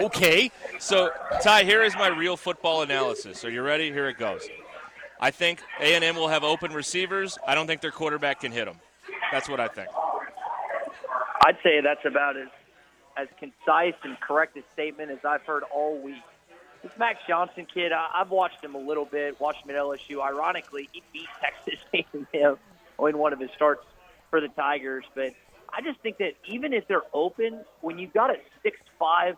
S4: okay.
S3: So, Ty, here is my real football analysis. Are you ready? Here it goes. I think A&M will have open receivers. I don't think their quarterback can hit them. That's what I think.
S18: I'd say that's about as as concise and correct a statement as I've heard all week. This Max Johnson kid, I, I've watched him a little bit, watched him at LSU. Ironically, he beat Texas A&M in one of his starts for the Tigers. But I just think that even if they're open, when you've got a six-five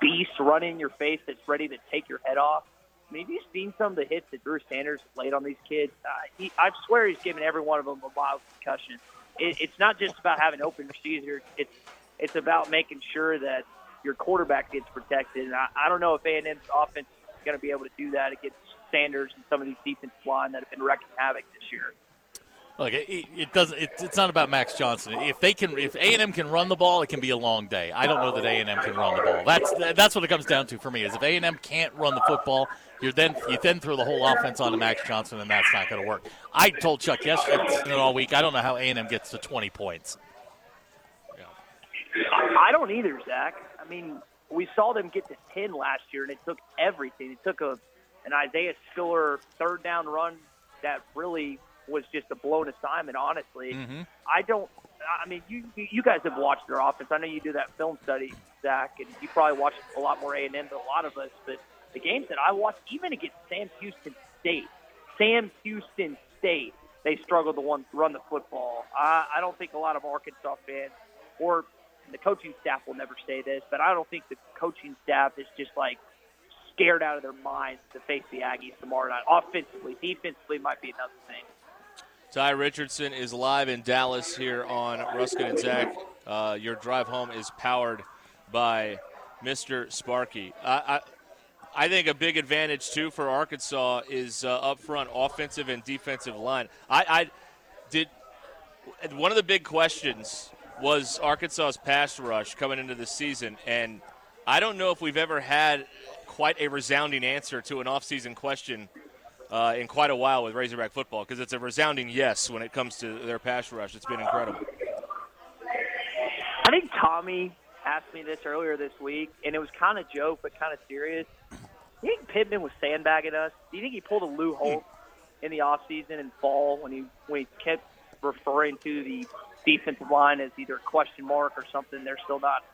S18: beast running in your face that's ready to take your head off, I mean, have you seen some of the hits that Drew Sanders laid on these kids? Uh, he, I swear he's given every one of them a mild concussion. It, it's not just about having open receivers. It's it's about making sure that your quarterback gets protected. And I, I don't know if A&M's offense is going to be able to do that against Sanders and some of these defensive line that have been wrecking havoc this year.
S4: Look, it, it- it doesn't. It, it's not about Max Johnson. If they can, if A and M can run the ball, it can be a long day. I don't know that A and M can run the ball. That's that's what it comes down to for me. Is if A and M can't run the football, you're then you then throw the whole offense onto Max Johnson, and that's not going to work. I told Chuck yesterday all week. I don't know how A and M gets to 20 points.
S18: I don't either, Zach. I mean, we saw them get to ten last year, and it took everything. It took a an Isaiah Skiller third down run that really was just a blown assignment. Honestly,
S4: Mhm.
S18: I don't. I mean, you you guys have watched their offense. I know you do that film study, Zach, and you probably watch a lot more A and M than a lot of us. But the games that I watched, even against Sam Houston State, Sam Houston State, they struggled to one, run the football. I, I don't think a lot of Arkansas fans or the coaching staff will never say this, but I don't think the coaching staff is just like scared out of their minds to face the Aggies tomorrow night. Offensively, defensively might be another thing.
S3: Ty Richardson is live in Dallas here on Ruskin and Zach. Uh, your drive home is powered by Mr. Sparky. I, I, I think a big advantage too for Arkansas is uh, up front, offensive and defensive line. I, I did one of the big questions was Arkansas's pass rush coming into the season, and I don't know if we've ever had quite a resounding answer to an offseason question uh, in quite a while with Razorback football because it's a resounding yes when it comes to their pass rush. It's been incredible.
S18: I think Tommy asked me this earlier this week, and it was kind of joke but kind of serious. Do you think Pittman was sandbagging us? Do you think he pulled a Lou Holt in the offseason and fall when he when he kept referring to the defensive line as either a question mark or something they're still not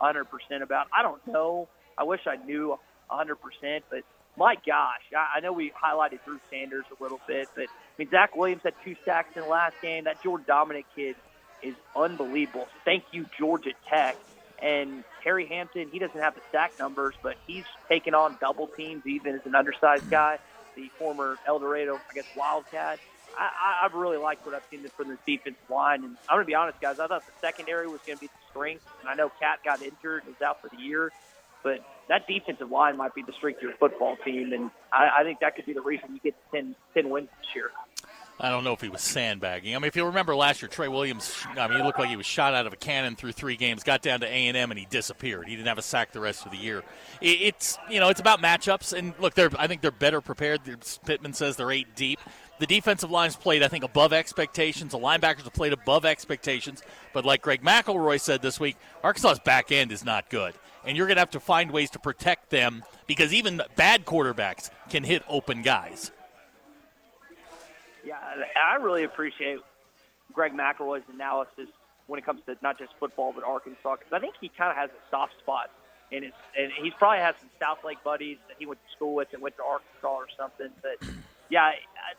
S18: 100% about? I don't know. I wish I knew 100%, but my gosh, I, I know we highlighted Drew Sanders a little bit, but I mean Zach Williams had two sacks in the last game. That Jordan Dominic kid is unbelievable. Thank you, Georgia Tech. And Terry Hampton, he doesn't have the sack numbers, but he's taken on double teams even as an undersized guy, the former El Dorado, I guess, Wildcat. I, I, I've really liked what I've seen from this defense line. And I'm going to be honest, guys, I thought the secondary was going to be the strength. And I know Cat got injured and is out for the year. But that defensive line might be the strength of your football team. And I, I think that could be the reason you get 10, 10 wins this year.
S4: I don't know if he was sandbagging. I mean, if you remember last year, Trey Williams, I mean, he looked like he was shot out of a cannon through three games, got down to A&M, and he disappeared. He didn't have a sack the rest of the year. It, it's, you know, it's about matchups. And, look, they're, I think they're better prepared. Pittman says they're eight deep. The defensive line's played, I think, above expectations. The linebackers have played above expectations. But like Greg McElroy said this week, Arkansas's back end is not good. And you're going to have to find ways to protect them because even bad quarterbacks can hit open guys.
S18: Yeah, I really appreciate Greg McElroy's analysis when it comes to not just football but Arkansas because I think he kind of has a soft spot in his, and he's probably has some South Lake buddies that he went to school with that went to Arkansas or something. But yeah, I-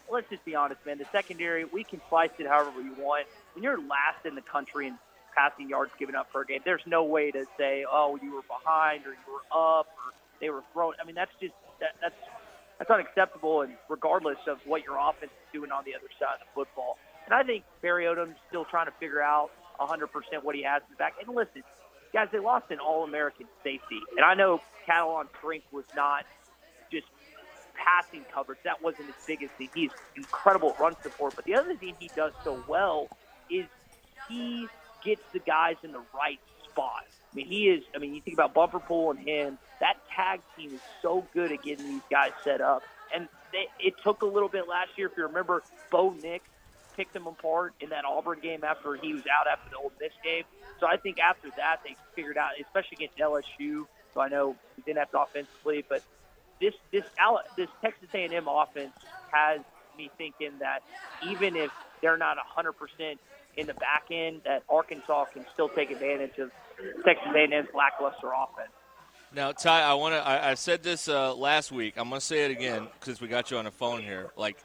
S18: let's just be honest, man. The secondary, we can slice it however we want. When you're last in the country in passing yards given up per game, there's no way to say, oh, you were behind or you were up or they were thrown. I mean, that's just that, that's that's unacceptable, and regardless of what your offense is doing on the other side of the football. And I think Barry Odom's still trying to figure out 100% what he has in the back. And listen, guys, they lost an All-American safety, and I know Catalan Trink was not just passing coverage. That wasn't his biggest thing. He's incredible at run support, but the other thing he does so well is he gets the guys in the right spot. I mean, he is. I mean, you think about Bumper Pool and him. That tag team is so good at getting these guys set up, and they, it took a little bit last year. If you remember, Bo Nix picked them apart in that Auburn game after he was out after the Ole Miss game. So I think after that they figured out, especially against LSU. So I know he didn't have to offensively, but this this Al- this Texas A&M offense has me thinking that even if they're not 100% in the back end, that Arkansas can still take advantage of Texas A&M's lackluster offense.
S3: Now, Ty, I want to. I, I said this uh, last week. I'm going to say it again because we got you on the phone here. Like,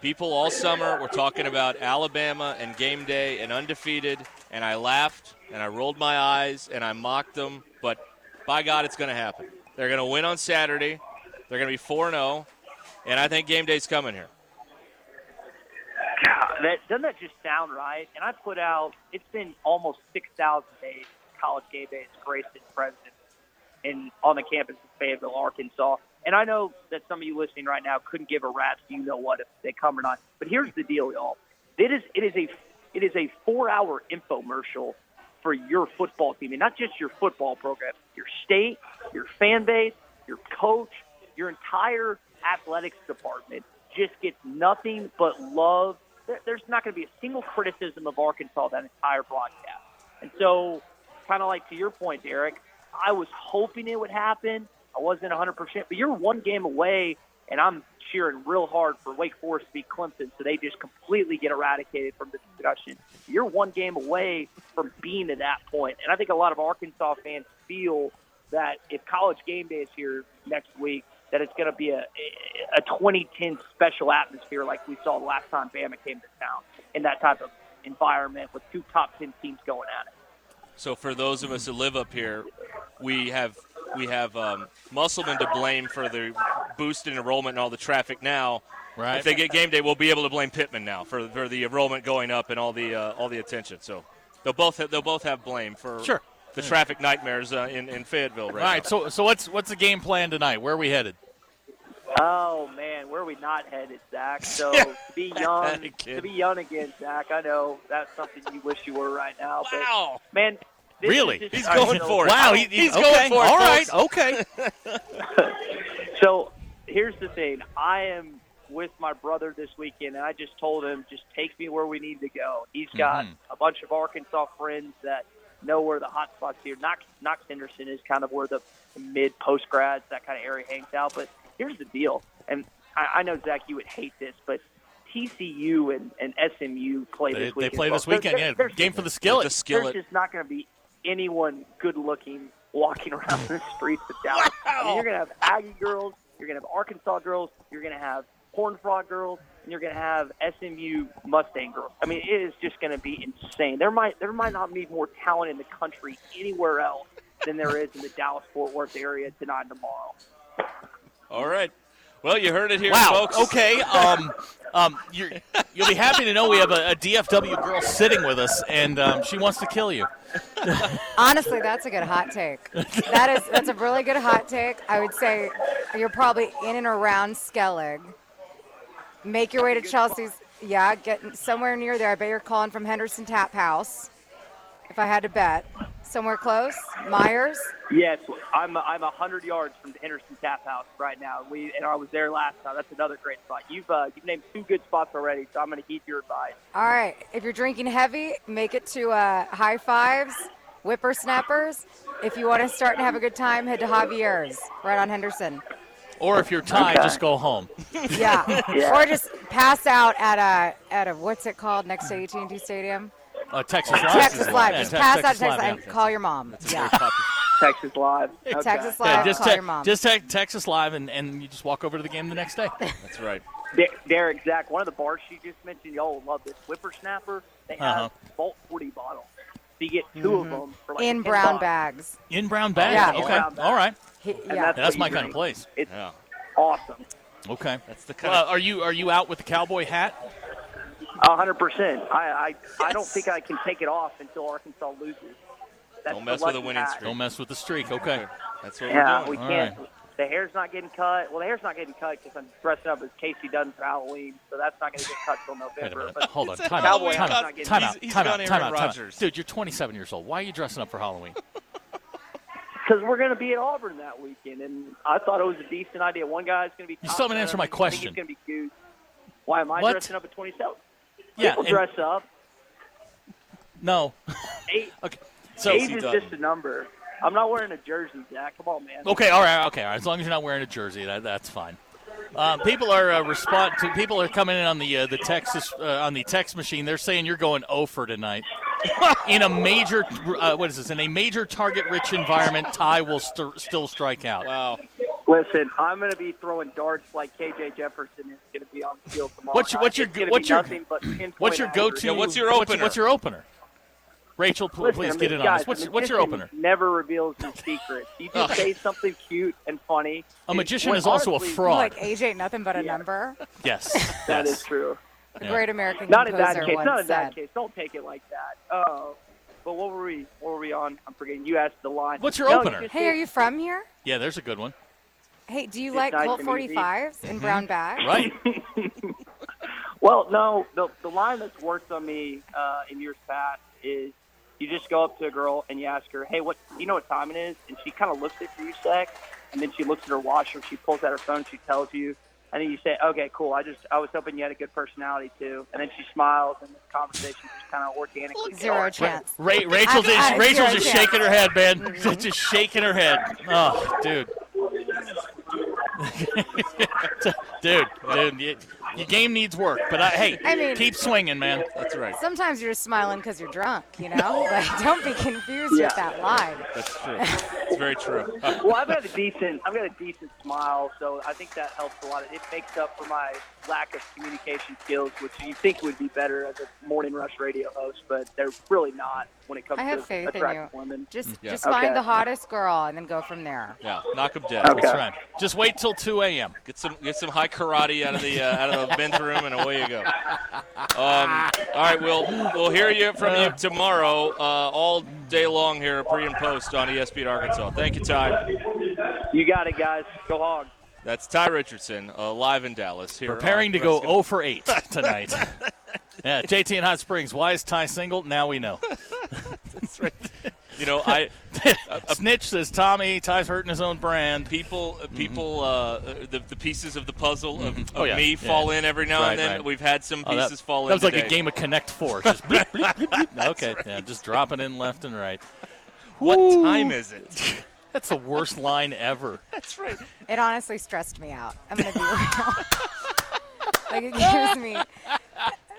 S3: people all summer were talking about Alabama and game day and undefeated, and I laughed and I rolled my eyes and I mocked them. But by God, it's going to happen. They're going to win on Saturday. They're going to be four 0 and I think game day's coming here.
S18: God, that doesn't that just sound right? And I put out it's been almost six thousand days college game day has graced its presence in on the campus of Fayetteville, Arkansas. And I know that some of you listening right now couldn't give a rat's you know what if they come or not. But here's the deal, y'all. It is it is a it is a four hour infomercial for your football team and not just your football program, your state, your fan base, your coach, your entire athletics department just gets nothing but love. There- There's not going to be a single criticism of Arkansas that entire broadcast. And so, kind of like to your point, Derek, I was hoping it would happen. I wasn't 100%, but you're one game away, and I'm cheering real hard for Wake Forest to beat Clemson, so they just completely get eradicated from the discussion. You're one game away from being to that point, and I think a lot of Arkansas fans feel that if college game day is here next week, that it's going to be a, a 2010 special atmosphere like we saw the last time Bama came to town in that type of environment with two top 10 teams going at it.
S3: So for those of us who live up here, we have we have um, Musselman to blame for the boost in enrollment and all the traffic now.
S4: Right.
S3: If they get game day, we'll be able to blame Pittman now for, for the enrollment going up and all the uh, all the attention. So they'll both have, they'll both have blame for
S4: Sure.
S3: the
S4: Yeah.
S3: traffic nightmares uh, in in Fayetteville right
S4: All right, so so what's what's the game plan tonight? Where are we headed?
S18: Oh man, where are we not headed, Zach? So to be young, to be young again, Zach. I know that's something you wish you were right now. Wow, but, man, this
S4: Really?
S18: is just-
S4: He's
S18: I
S4: going
S18: know-
S4: for it. Wow, he- he's Okay. going for it, All right, folks. okay.
S18: so here's the thing: I am with my brother this weekend, and I just told him, just take me where we need to go. He's got
S19: Mhm.
S18: a bunch of Arkansas friends that know where the hot spots here. Knox Knox Henderson is kind of where the mid post grads that kind of area hangs out. But here's the deal, and I, I know Zach, you would hate this, but TCU and, and SMU play
S4: They-
S18: this
S4: they
S18: weekend.
S4: play
S18: as well.
S4: this weekend,
S18: There-
S4: yeah.
S18: there's-
S4: Game for the skillet. The skillet.
S18: There's just not going to be anyone good looking walking around the streets of Dallas. I mean, you're going to have Aggie girls. You're going to have Arkansas girls. You're going to have Horn Frog girls. and you're going to have SMU Mustang girls. I mean, it is just going to be insane. There might there might not be more talent in the country anywhere else than there is in the Dallas Fort Worth area tonight and tomorrow.
S3: All right. Well, you heard it here,
S4: wow.
S3: folks.
S4: Okay. Um, um, you're, you'll be happy to know we have a, a DFW girl sitting with us, and um, she wants to kill you.
S9: Honestly, that's a good hot take. That is that's a really good hot take. I would say you're probably in and around Skellig. Make your way to Chelsea's. Yeah, get somewhere near there. I bet you're calling from Henderson Tap House. If I had to bet, somewhere close, Myers.
S18: Yes, I'm I'm a hundred yards from the Henderson Tap House right now. We and I was there last time. That's another great spot. You've uh, you've named two good spots already, so I'm going to keep your advice.
S9: All right. If you're drinking heavy, make it to uh, High Fives, Whippersnappers. If you want to start and have a good time, head to Javier's right on Henderson.
S4: Or if you're tied,
S9: Okay.
S4: just go home.
S9: Yeah.
S4: Yeah.
S9: Or just pass out at a at a what's it called next to AT&T Stadium?
S4: Uh, Texas Live.
S9: Texas Live.
S4: Yeah,
S9: Just
S4: Tex-
S9: pass out
S4: Texas
S9: Texas Live
S4: Live,
S9: and call your mom. Yeah.
S18: Texas Live.
S9: Texas
S4: Yeah,
S9: Live.
S4: just
S9: call
S4: te-
S9: your mom.
S4: just te- Texas Live, and, and you just walk over to the game the next day. That's
S3: right.
S18: Der- Derek, Zach, one of the bars she just mentioned, y'all will love this. Whippersnapper, they
S4: Uh-huh.
S18: have Vault 40 bottles. So you get 2 of
S4: Mm-hmm.
S18: them for like
S9: in
S18: 10
S9: brown
S18: bucks.
S9: bags.
S4: In brown bags.
S9: Yeah.
S4: okay.
S9: Brown bags.
S4: All right.
S9: He-
S18: And
S9: yeah.
S4: That's,
S18: what
S4: my
S18: you
S4: kind of
S18: drink.
S4: place.
S18: It's
S4: yeah.
S18: awesome.
S4: Okay. That's the
S18: kind
S4: Well,
S18: of-
S4: are you are you out with the cowboy hat?
S18: A 100%. I, I, I don't think I can take it off until Arkansas loses. That's
S4: Don't mess
S18: the
S4: with a
S18: lucky
S4: winning
S18: hat.
S4: streak. Don't mess with the streak. Okay. That's what
S18: Yeah, we can't. The hair's not getting cut. Well, the hair's not getting cut because I'm dressing up as Casey Dunn for Halloween, so that's not going to get cut till
S4: Wait a
S18: November.
S4: minute.
S18: But
S4: Hold on.
S18: the
S4: Time out.
S18: Cowboys
S4: Time
S18: not
S4: out.
S18: getting-
S4: Time out. Time out.
S3: gone
S4: Time
S3: Aaron
S4: out. Time out.
S3: Rodgers.
S4: Dude, you're 27 years old. Why are you dressing up for Halloween?
S18: Because we're going to be at Auburn that weekend, and I thought it was a decent idea. One guy's going to be.
S4: You still haven't
S18: confident,
S4: answered my
S18: I think
S4: question.
S18: He's going to be cute. Why am I
S4: What?
S18: dressing up at 27?
S4: Yeah,
S18: People
S4: and-
S18: dress up.
S4: No.
S18: Eight,
S4: okay. So-
S18: age
S4: Casey
S18: is
S4: Dunn.
S18: just a number. I'm not wearing a jersey, Zach. Come on, man.
S4: Okay, all right, okay, all right. As long as you're not wearing a jersey, that, that's fine. Uh, people are uh, respond to people are coming in on the uh, the Texas uh, on the text machine. They're saying you're going 0 for tonight in a major uh, what is this in a major target rich environment. Ty will st- still strike out. Wow.
S18: Listen, I'm going to be throwing darts like KJ Jefferson is going to be on the field tomorrow.
S4: What's your-
S18: night.
S4: what's your-
S18: It's gonna
S4: what's
S18: be
S4: your-
S18: nothing but pinpoint
S4: What's your
S18: accuracy.
S4: go to? What's, your opener? Rachel, pl-
S18: Listen,
S4: please
S18: I mean,
S4: get in on
S18: guys,
S4: this. What's,
S18: a
S4: what's your
S18: magician
S4: opener?
S18: Never reveals his secrets. You just say something cute and funny.
S4: A magician
S18: When
S4: is also a
S18: honestly-
S4: fraud.
S9: Like age ain't nothing but a number.
S4: Yes,
S18: That
S4: yes.
S18: is true.
S9: The great American
S18: Not in
S9: composer
S18: that case.
S9: once
S18: Not in that
S9: said.
S18: case. Don't take it like that. Oh, but what were we? What were we on? I'm forgetting. You asked the line.
S4: What's your
S18: No,
S4: opener?
S18: just
S9: Hey,
S18: did-
S9: are you from here?
S4: Yeah, there's a good one.
S9: Hey, do you
S18: It's
S9: like
S18: nice
S9: Colt
S18: and easy.
S9: 45s
S4: Mm-hmm.
S9: in brown bags?
S4: Right.
S18: Well, no, the, the line that's worked on me uh, in years past is you just go up to a girl and you ask her, hey, what do you know what time it is? And she kind of looks at you a sec, and then she looks at her watch or she pulls out her phone, she tells you, and then you say, okay, cool. I just I was hoping you had a good personality too. And then she smiles, and the conversation just kind of organically
S9: Zero
S18: starts.
S9: chance.
S4: Ra- Rachel's
S9: I- Mm-hmm.
S4: just,
S9: I-
S4: Rachel's
S9: zero
S4: just
S9: chance.
S4: shaking her head, man. just shaking her head. Oh, dude. dude, dude, you, your game needs work. But I, hey,
S9: I mean-
S4: keep swinging, man. That's right.
S9: Sometimes you're just smiling because you're drunk, you know? like, don't be confused
S18: Yeah.
S9: with that line.
S4: That's true. It's very true.
S18: well, I've got a decent, I've got a decent smile, so I think that helps a lot. It makes up for my lack of communication skills, which you think would be better as a morning rush radio host, but they're really not when it comes
S9: I have
S18: to
S9: faith in you.
S18: attractive women.
S9: Just,
S4: Yeah.
S9: just find
S18: Okay.
S9: the hottest girl and then go from there.
S4: Yeah, knock him dead. That's right. Just wait till 2 a.m.
S3: Get some get some high karate out of the uh, out of the men's room, and away you go. Um, all right, we'll we'll hear you from you tomorrow, uh, all day long here, pre and post on E ESPN Arkansas. Thank you, Ty.
S18: You got it, guys. Go Hogs.
S3: That's Ty Richardson, uh, live in Dallas. Here,
S4: Preparing
S3: on
S4: to go
S3: Prescott-
S4: 0 for 8 tonight. yeah, JT in Hot Springs. Why is Ty single? Now we know.
S3: You know, I
S4: Snitch says Tommy. Ty's hurting his own brand. Mm-hmm.
S3: People, people, uh, the, the pieces of the puzzle of, of
S4: Oh, yeah.
S3: me
S4: Yeah.
S3: fall in every now
S4: Right,
S3: and then.
S4: right.
S3: We've had some
S4: Oh,
S3: pieces
S4: that,
S3: fall in.
S4: That was like
S3: today.
S4: a game of Connect Four. Just bleep, bleep, bleep, bleep. okay, yeah, just dropping in left and right.
S3: What
S4: Woo.
S3: time is it?
S4: That's the worst line ever.
S3: That's right.
S9: It honestly stressed me out. I'm going to be real. like, it gives me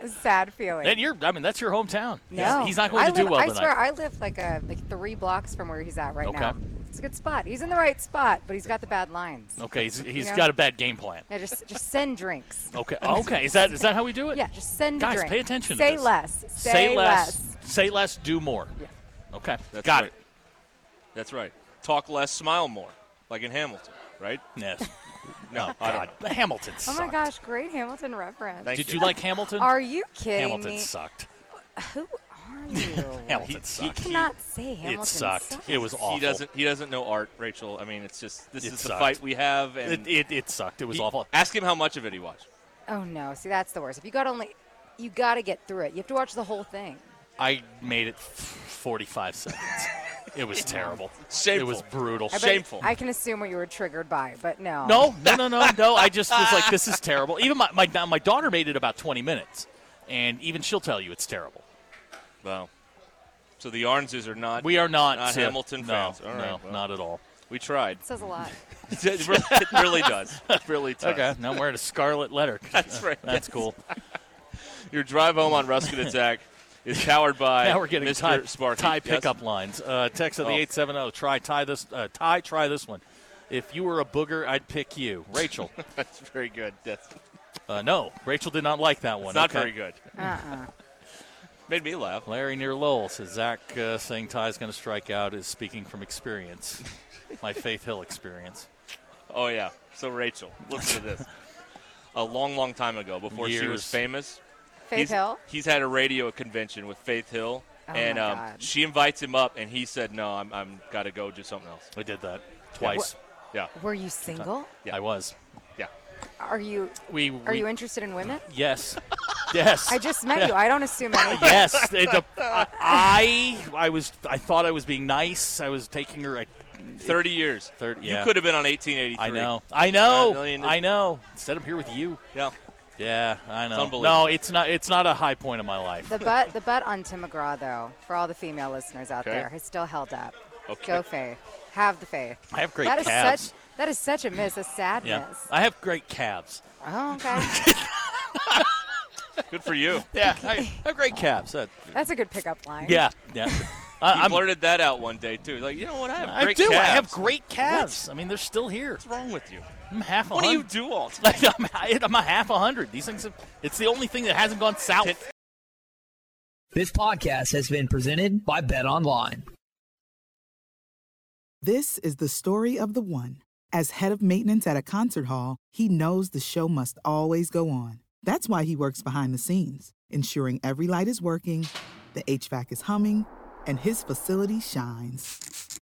S9: a sad feeling.
S4: And you're, I mean, that's your hometown.
S9: No,
S4: He's, he's not going
S9: I
S4: to do
S9: live-
S4: well
S9: I
S4: tonight.
S9: swear, I live like a like three blocks from where he's at right
S4: Okay.
S9: now. It's a good spot. He's in the right spot, but he's got the bad lines.
S4: Okay, he's,
S9: You
S4: he's
S9: know?
S4: got a bad game plan.
S9: Yeah, just just send drinks.
S4: Okay, okay. Is that is that how we do it?
S9: Yeah, just send
S4: Guys,
S9: drinks.
S4: pay attention.
S9: Say
S4: to this.
S9: less.
S4: Say,
S9: Say
S4: less. Say less. Do more. Okay, got it.
S3: That's right. Talk less, smile more, like in Hamilton, right?
S4: Yes.
S3: no,
S4: Oh,
S3: I don't.
S4: God. Hamilton
S9: Oh my gosh, great Hamilton reference.
S3: Thank
S4: Did you like
S3: Oh,
S4: Hamilton?
S9: Are you kidding
S4: Hamilton
S9: me?
S4: sucked.
S9: Who are you?
S4: Hamilton
S9: You
S4: sucked.
S9: cannot say Hamilton
S4: It was awful.
S3: He doesn't. He doesn't know art, Rachel. I mean, it's just this
S4: It
S3: is the
S4: sucked.
S3: fight we have, and
S4: it, it, it sucked. It was
S3: He-
S4: awful.
S3: Ask him how much of it he watched.
S9: Oh no, see that's the worst. If you got only, you got to get through it. You have to watch the whole thing.
S4: I made it f- 45 seconds. it was terrible. It
S3: Shameful.
S4: was brutal.
S9: I bet- I can assume what you were triggered by, but no.
S4: No, no, no, no, no. I just was like, this is terrible. Even my, my da- my daughter made it about 20 minutes, and even she'll tell you it's terrible.
S3: Wow. So the Arnses are not.
S4: We are not, uh,
S3: Hamilton
S4: no,
S3: fans. All
S4: no,
S3: right, well.
S4: not at all.
S3: We tried.
S9: Says a lot.
S3: it really- it really does. It really does.
S4: Okay, now I'm wearing a scarlet letter.
S3: That's right.
S4: That's cool.
S3: Your drive home on Ruskin Attack is powered by
S4: now we're getting
S3: Mr.
S4: tie,
S3: Sparky.
S4: tie
S3: Yes?
S4: pickup lines. Uh, text of the
S3: Oh.
S4: 870. Try tie this. Uh, tie try this one. If you were a booger, I'd pick you, Rachel.
S3: That's very good. That's
S4: uh, no, Rachel did not like that one.
S3: It's not
S4: Okay.
S3: very good.
S9: Uh-uh.
S3: Made me laugh.
S4: Larry near Lowell says Zach uh, saying Ty's going to strike out is speaking from experience, my Faith Hill experience.
S3: Oh yeah. So Rachel, listen to this. A long, long time ago, before she was
S4: Years.
S3: famous,
S9: Faith
S3: he's,
S9: Hill?
S3: He's had a radio convention with Faith Hill,
S9: Oh,
S3: and
S9: my
S3: um,
S9: God.
S3: she invites him up, and he said, "No, I'm, I'm got to go do something else."
S4: I did that twice.
S3: Yeah.
S9: Were you single?
S3: Yeah.
S4: I was.
S3: Yeah.
S9: Are you?
S4: We-
S9: are
S4: we-
S9: you interested in women?
S4: Yes. yes.
S9: I just met you. I don't assume anything.
S4: yes. It- uh, I I was I thought I was being nice. I was taking her. I,
S3: Thirty years.
S4: Thirty.
S3: You
S4: yeah.
S3: could have been on 1883.
S4: I know. I know.
S3: A million-
S4: I know. Instead of here with you.
S3: Yeah.
S4: Yeah, I know.
S3: unbelievable.
S4: no, it's not. It's not a high point of my life.
S9: The butt, the butt on Tim McGraw, though, for all the female listeners out
S4: Okay.
S9: there, has still held up.
S4: Okay.
S9: Go faith. Have the faith.
S4: I have great
S9: That is
S4: calves.
S9: such. That is such a miss. A sad
S4: yeah,
S9: miss.
S4: I have great calves.
S9: Oh, okay.
S3: Good for you.
S4: Yeah, I I have great calves. That,
S9: That's a good pickup line.
S4: yeah, yeah.
S3: he
S4: I, I'm,
S3: blurted that out one day too. Like, you know what? I have
S4: I
S3: great
S4: do. I
S3: calves.
S4: have great calves. I mean, they're still here. What's
S3: wrong with you?
S4: I'm half. a
S3: What do you
S4: hun-
S3: do all?
S4: Like, I'm, I- I'm a half a hundred. These things. Have, it's the only thing that hasn't gone south.
S19: This podcast has been presented by Bet Online.
S20: This is the story of the one. As head of maintenance at a concert hall, he knows the show must always go on. That's why he works behind the scenes, ensuring every light is working, the HVAC is humming, and his facility shines.